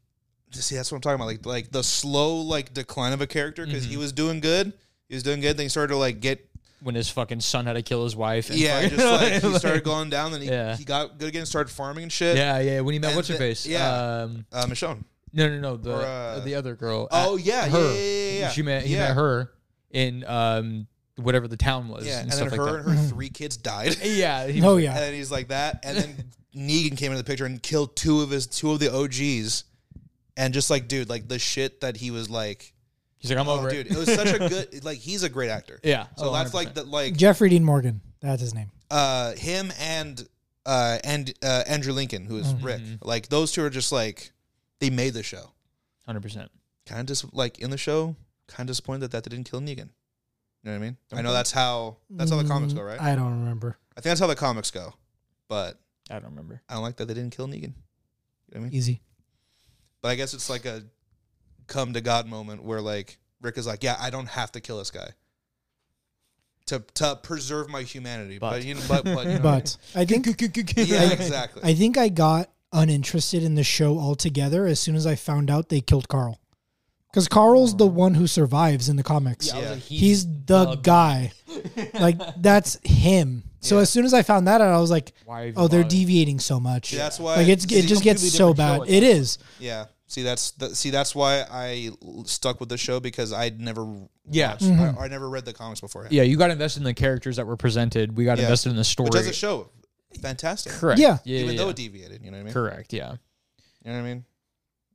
A: see that's what i'm talking about like like the slow like decline of a character because
B: Mm-hmm.
A: he was doing good he was doing good then he started to like get
B: When his fucking son had to kill his wife. And
A: yeah
B: fucking-
A: just like he started going down then he,
B: Yeah.
A: he got good again started farming and shit
B: Yeah, yeah. When he met
A: And
B: what's her
A: the-
B: face?
A: yeah.
B: Um,
A: uh michonne
B: no, no, no. The
A: Or, uh,
B: the other girl.
A: oh
B: at-
A: yeah, yeah,
B: her.
A: yeah, yeah, yeah.
B: She met he
A: yeah.
B: met her in um whatever the town was
A: yeah and,
B: and,
A: then
B: stuff
A: her
B: like
A: and her three kids died
B: that. Yeah. He,
C: Oh
A: and
C: yeah.
A: then he's like that and then negan came into the picture and killed two of his two of the og's and just like dude like the shit that he was like
B: He's like, I'm
A: oh
B: over
A: dude
B: it.
A: it was such a good like he's a great actor
B: Yeah.
A: so
B: oh,
A: that's like
B: 100%.
A: that like
C: Jeffrey Dean Morgan. That's his name.
A: uh, him and uh, and uh, Andrew Lincoln, who is
B: Mm-hmm.
A: Rick, like those two are just like they made the show.
B: 100%.
A: Kind of just like in the show, kind of disappointed that that didn't kill Negan. You know what I mean? I know that's how that's how the comics
C: Mm,
A: go, right? I,
C: I don't remember.
A: think that's how the comics go, but
B: I don't remember.
A: I don't like that they didn't kill Negan. You know what I mean?
C: Easy.
A: But I guess it's like a come to God moment where like Rick is like, yeah, I don't have to kill this guy. To, to preserve my humanity, but,
B: But.
A: you know, but, but, you know what I mean?
C: But I think
A: yeah, exactly.
C: I think I got uninterested in the show altogether as soon as I found out they killed Carl. Because Carl's the one who survives in the comics.
A: Oh. Yeah.
C: He's the guy. like that's him. So
A: Yeah.
C: as soon as I found that out, I was like,
B: Why have you
C: "Oh, they're
B: bothered?
C: deviating so much."
A: Yeah, that's why-
C: Like it's, it
A: See,
C: just gets
D: completely
C: so
D: different show
C: bad.
D: at
C: It
D: that
C: is.
A: Yeah. See, that's the, see, that's why I l- stuck with the show because I'd never,
B: Yeah.
A: watched- I, I never read the comics beforehand.
B: Mm-hmm. Yeah, you got invested in the characters that were presented. We got
A: Yeah.
B: invested in the story.
A: which as a show, fantastic.
B: Correct.
C: Yeah.
B: yeah
A: Even
B: yeah,
A: though
B: yeah.
A: it deviated, you know what I mean.
B: Correct. Yeah.
A: You know what I mean.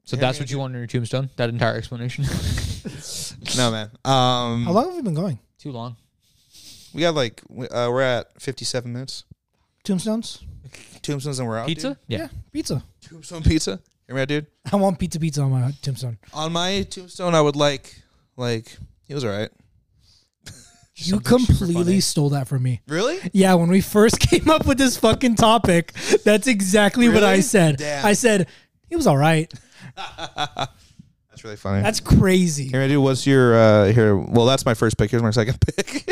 B: So
A: Yeah,
B: that's
A: yeah,
B: what you want on your tombstone? That entire explanation?
A: No man. Um,
C: How long have we been going?
B: Too long.
A: we got like we- uh, we're at fifty-seven minutes.
C: Tombstones,
A: Tombstones and we're out.
B: Pizza?
A: dude.
B: Yeah.
C: pizza.
A: Tombstone pizza. Hear me out, dude.
C: I want pizza, pizza on my tombstone.
A: On my tombstone, I would like like he was all right.
C: you completely stole that from me.
A: Really?
C: Yeah, when we first came up with this fucking topic, that's exactly what I
A: Really?
C: said.
A: Damn.
C: I said he was all right.
A: That's really funny.
C: That's crazy.
A: here, dude. What's your uh here? Well, that's my first pick. Here's my second pick.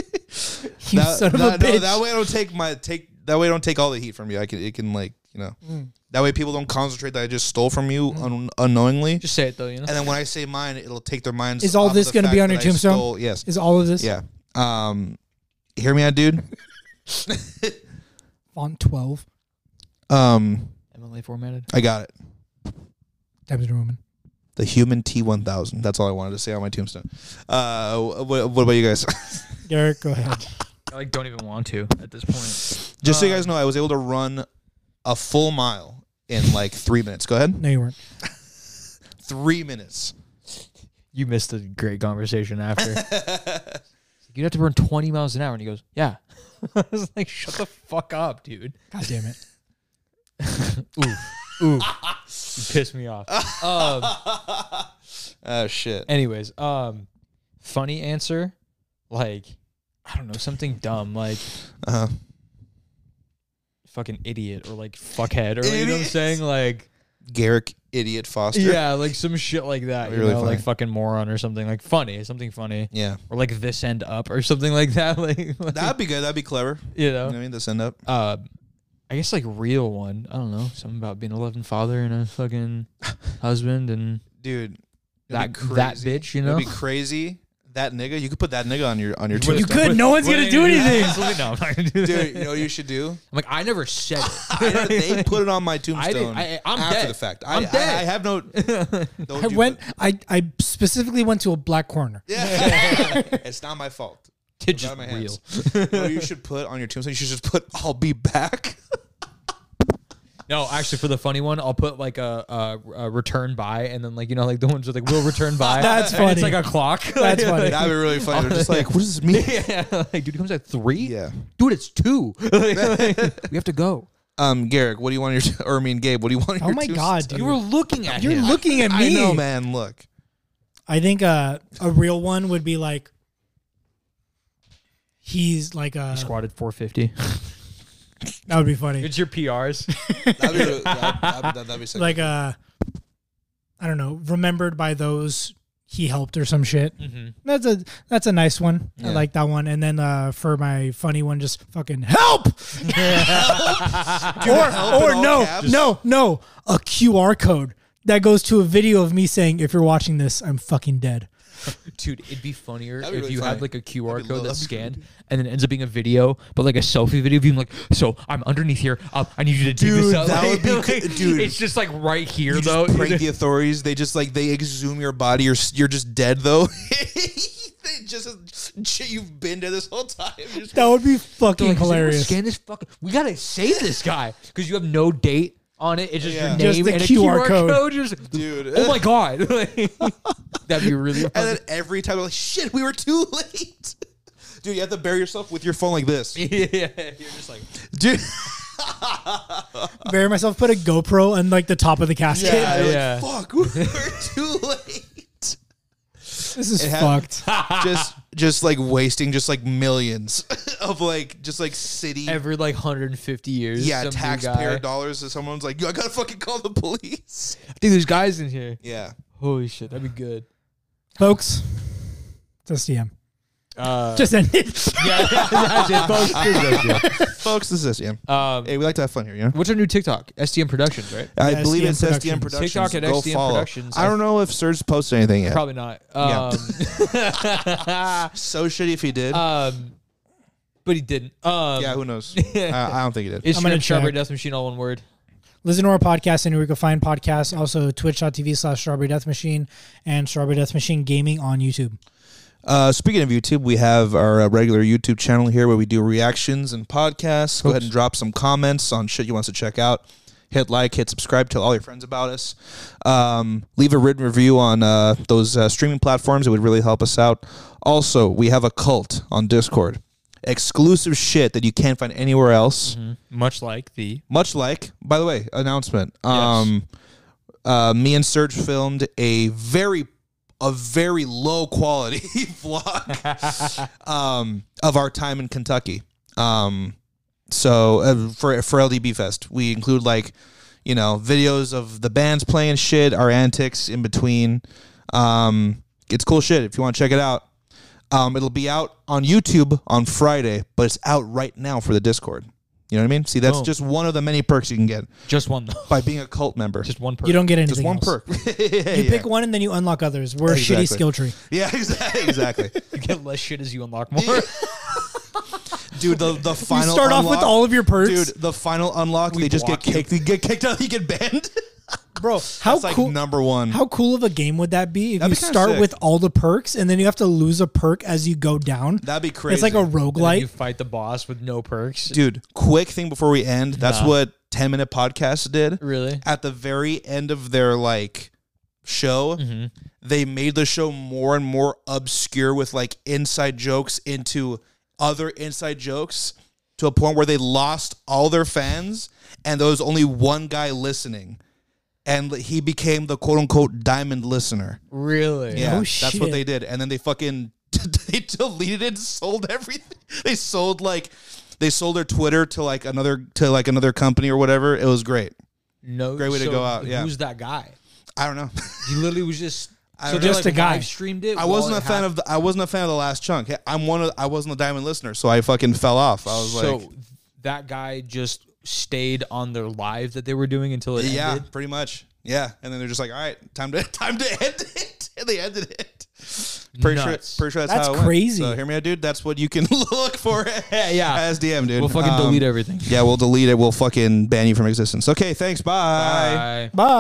C: You son of a bitch.
A: that way I don't take my take. That way I don't take all the heat from you. I can it can like you know.
C: Mm.
A: That way people don't concentrate that I just stole from you un- unknowingly.
B: Just say it though, you know?
A: and then when I say mine, it'll take their minds.
C: Is all
A: off of
C: this
A: the
C: gonna be
A: fact
C: on your
A: that I
C: tombstone?
A: stole- yes.
C: Is all of this
A: yeah. Um, hear me out, dude.
C: font twelve
A: Um,
B: MLA formatted.
A: I got it.
C: times a woman?
A: The human T1000. That's all I wanted to say on my tombstone. Uh, wh- wh- what about you guys?
C: Garrett, go ahead.
B: I like don't even want to at this point.
A: Just so you guys know, I was able to run a full mile in like three minutes. Go ahead.
C: No, you weren't.
A: Three minutes.
B: You missed a great conversation after. You'd have to burn 20 miles an hour. And he goes, Yeah. I was like, Shut the fuck up, dude.
C: God damn it.
B: You pissed me off. um,
A: Oh shit.
B: anyways, um, funny answer. Like, I don't know, something dumb. Like,
A: Uh-huh.
B: fucking idiot or like fuckhead or like, you know what I'm saying? Like
A: Garrick idiot Foster.
B: yeah, like some shit like that. You
A: Really
B: know, like
A: funny.
B: fucking moron or something like funny, something funny
A: Yeah.
B: or like this end up or something like that. Like, like,
A: That'd be good. That'd be clever.
B: you
A: You know what
B: know,
A: I mean? This end up.
B: uh, I guess like real one. I don't know, something about being a loving father and a fucking husband and
A: Dude.
B: that that bitch. You know,
A: It'd be crazy. That nigga. You could put that nigga on your on your
B: What
A: tombstone.
B: if-
C: could, no one's
B: what
C: gonna
B: if-
C: do anything.
B: Absolutely, no, I'm not gonna do that.
A: Dude, you know what you should do?
B: I'm like, I never said it.
A: I know they put it on my tombstone
B: I- I'm
A: after
B: dead.
A: the fact. I, I-
B: I'm dead.
A: I, have no. Don't
C: I
A: you-
C: went. I I specifically went to a black corner.
A: Yeah. it's not my fault.
B: It's
A: It's out
B: just
A: of my
B: real.
A: hands. you know what you should put on your tombstone? You should just put "I'll be back."
B: No, actually, for the funny one, I'll put like a, a, a return by, and then like you know, like the ones with like will return by.
C: That's
B: And It's
C: funny.
B: like a clock.
C: That's funny.
B: Like,
A: That'd be really funny. They're just like, what does this mean?
B: yeah, like dude, it comes at three.
A: Yeah.
B: dude, it's two. Like, we have to go.
A: Um, Garrick, what do you want on your? Or I mean, Gabe, what do you want? on
C: Oh
A: your
C: my
A: tombstone?
C: god, dude.
B: You were looking at
C: You're
B: him.
C: looking at me.
A: I know, man. Look,
C: I think uh, a real one would be like he's like a
B: He squatted 450.
C: that would be funny.
B: It's your PRs.
A: that'd be, that'd, that'd, that'd be sick.
C: Like uh I don't know, remembered by those he helped or some shit. That's a that's a nice one. I
A: Yeah.
C: like that one. And then uh for my funny one, just fucking help. or
A: help in
C: or
A: all
C: no,
A: caps?
C: no, no, a QR code that goes to a video of me saying, "If you're watching this, I'm fucking dead."
B: Dude, it'd be funnier
A: That'd be
B: if
A: really
B: you had
A: funny.
B: like a QR
A: That'd be low.
B: code that's
A: That'd be
B: scanned and then it ends up being a video, but like a selfie video of you being like, so I'm underneath here. Up, I need you to do this
A: Dude,
B: out.
A: that
B: Like-
A: would be
B: like,
A: co- dude.
B: It's just like right here
A: You
B: though.
A: just prank the authorities. They just like they exhume your body. You're s- you're just dead though. they just you've been dead this whole time. You're just-
C: That would be fucking
B: Like, "Does anyone
C: hilarious.
B: Scan this fucking. We gotta save this guy because you have no date on it. It's just
A: Yeah.
B: your
C: Just
B: name
C: the
B: and
C: QR
B: a QR
C: code.
B: code. just,
A: Dude.
B: oh my god, that'd be really.
A: and
B: funny.
A: then every time like shit, we were too late. Dude, you have to bury yourself with your phone like this.
B: yeah, you're just like
A: Dude,
C: Bury myself, put a GoPro on like the top of the casket.
A: yeah, you're like,
B: Yeah.
A: fuck, we we're too late.
C: This is
A: It had-
C: fucked.
A: just, just like wasting just like millions of like just like city,
B: every like 150 years.
A: yeah,
B: some new
A: taxpayer
B: guy-
A: dollars. So someone's like, yo, I gotta fucking call the police.
B: Dude, there's guys in here.
A: Yeah,
B: Holy shit, that'd be good.
C: Folks, just DM. just end it.
B: Yeah, that's it, folks.
A: folks, this is SDM.
B: Um,
A: Hey, we like to have fun here, you know.
B: what's our new TikTok? SDM Productions, right?
A: I
C: Yeah,
A: believe
C: SDM
A: it's SDM
C: Productions.
A: Productions.
B: TikTok at
A: Go
B: SDM
A: follow.
B: Productions.
A: I don't know if Serge posted anything yet.
B: Probably not.
A: Yeah.
B: Um,
A: So shitty if he did.
B: um, but he didn't. Um,
A: yeah, who knows? I, I don't think he did.
B: Instagram,
C: I'm gonna
B: Strawberry
C: check.
B: Death Machine, all one word.
C: Listen to our podcast anywhere you can find podcasts. Also, twitch.tv slash strawberry death machine and strawberry death machine gaming on YouTube.
A: Uh, speaking of YouTube, we have our uh, regular YouTube channel here where we do reactions and podcasts. Go ahead and drop some comments on shit you want us to check out. Hit like, hit subscribe, tell all your friends about us. Um, leave a written review on uh, those uh, streaming platforms. It would really help us out. Also, we have a cult on Discord. Exclusive shit that you can't find anywhere else.
B: Much like the
A: Much like, by the way, announcement. Um, uh, me and Serge filmed a very, a very low quality vlog um, of our time in Kentucky. Um, so uh, for for LDB Fest, we include like, you know, videos of the bands playing shit, our antics in between. Um, it's cool shit. If you want to check it out, um, it'll be out on YouTube on Friday, but it's out right now for the Discord. You know what I mean? See, that's
B: Boom.
A: just one of the many perks you can get
B: just one though,
A: by being a cult member.
B: just one person.
C: You don't get anything.
A: Just one
C: else.
A: perk. yeah,
C: You pick one and then you unlock others. We're a
A: Exactly.
C: shitty skill tree.
A: yeah, exactly. exactly.
B: You get less shit as you unlock more.
A: Dude, the, the final
C: you start off with
A: unlock-
C: all of your perks.
A: Dude, the final unlock, they just get
B: block you.
A: kicked. You get kicked out. You get banned.
C: bro, how
A: That's like
C: cool
A: number one.
C: how cool of a game would that be if
A: That'd
C: you
A: be kinda
C: start
A: sick.
C: with all the perks and then you have to lose a perk as you go down?
A: That'd be crazy.
C: It's like a
B: Like you
C: roguelite.
B: fight the boss with no perks.
A: dude. Quick thing before we end. That's
B: Nah.
A: what ten minute podcast did.
B: Really?
A: At the very end of their like show, they made the show more and more obscure with like inside jokes into other inside jokes to a point where they lost all their fans and there was only one guy listening. And he became the quote unquote diamond listener.
B: Really?
A: Yeah,
C: Oh,
A: that's
C: shit.
A: what they did, and then they fucking they deleted it, and sold everything. They sold like they sold their Twitter to like another to like another company or whatever. It was great.
B: No.
A: Great way to
B: so
A: go out, yeah.
B: Who's that guy?
A: I don't know.
B: He literally was just. so
A: don't
B: they
A: know.
B: like
C: Just a guy.
B: live streamed it.
A: I wasn't a fan of the I wasn't a fan of the last chunk. Hey, I'm one of I wasn't a diamond listener, so I fucking fell off. I was
B: so
A: like,
B: that guy just stayed on their live that they were doing until it
A: yeah,
B: ended.
A: pretty much, yeah. And then they're just like, all right, time to time to end it, and they ended it. Pretty
B: Nuts.
A: sure, pretty sure that's,
C: That's
A: how it went.
C: crazy.
A: So hear me out, dude. That's what you can look for.
B: yeah.
A: as DM, dude.
B: We'll fucking
A: Um,
B: delete everything.
A: Yeah, we'll delete it. We'll fucking ban you from existence. Okay, thanks. Bye.
B: Bye.
C: Bye.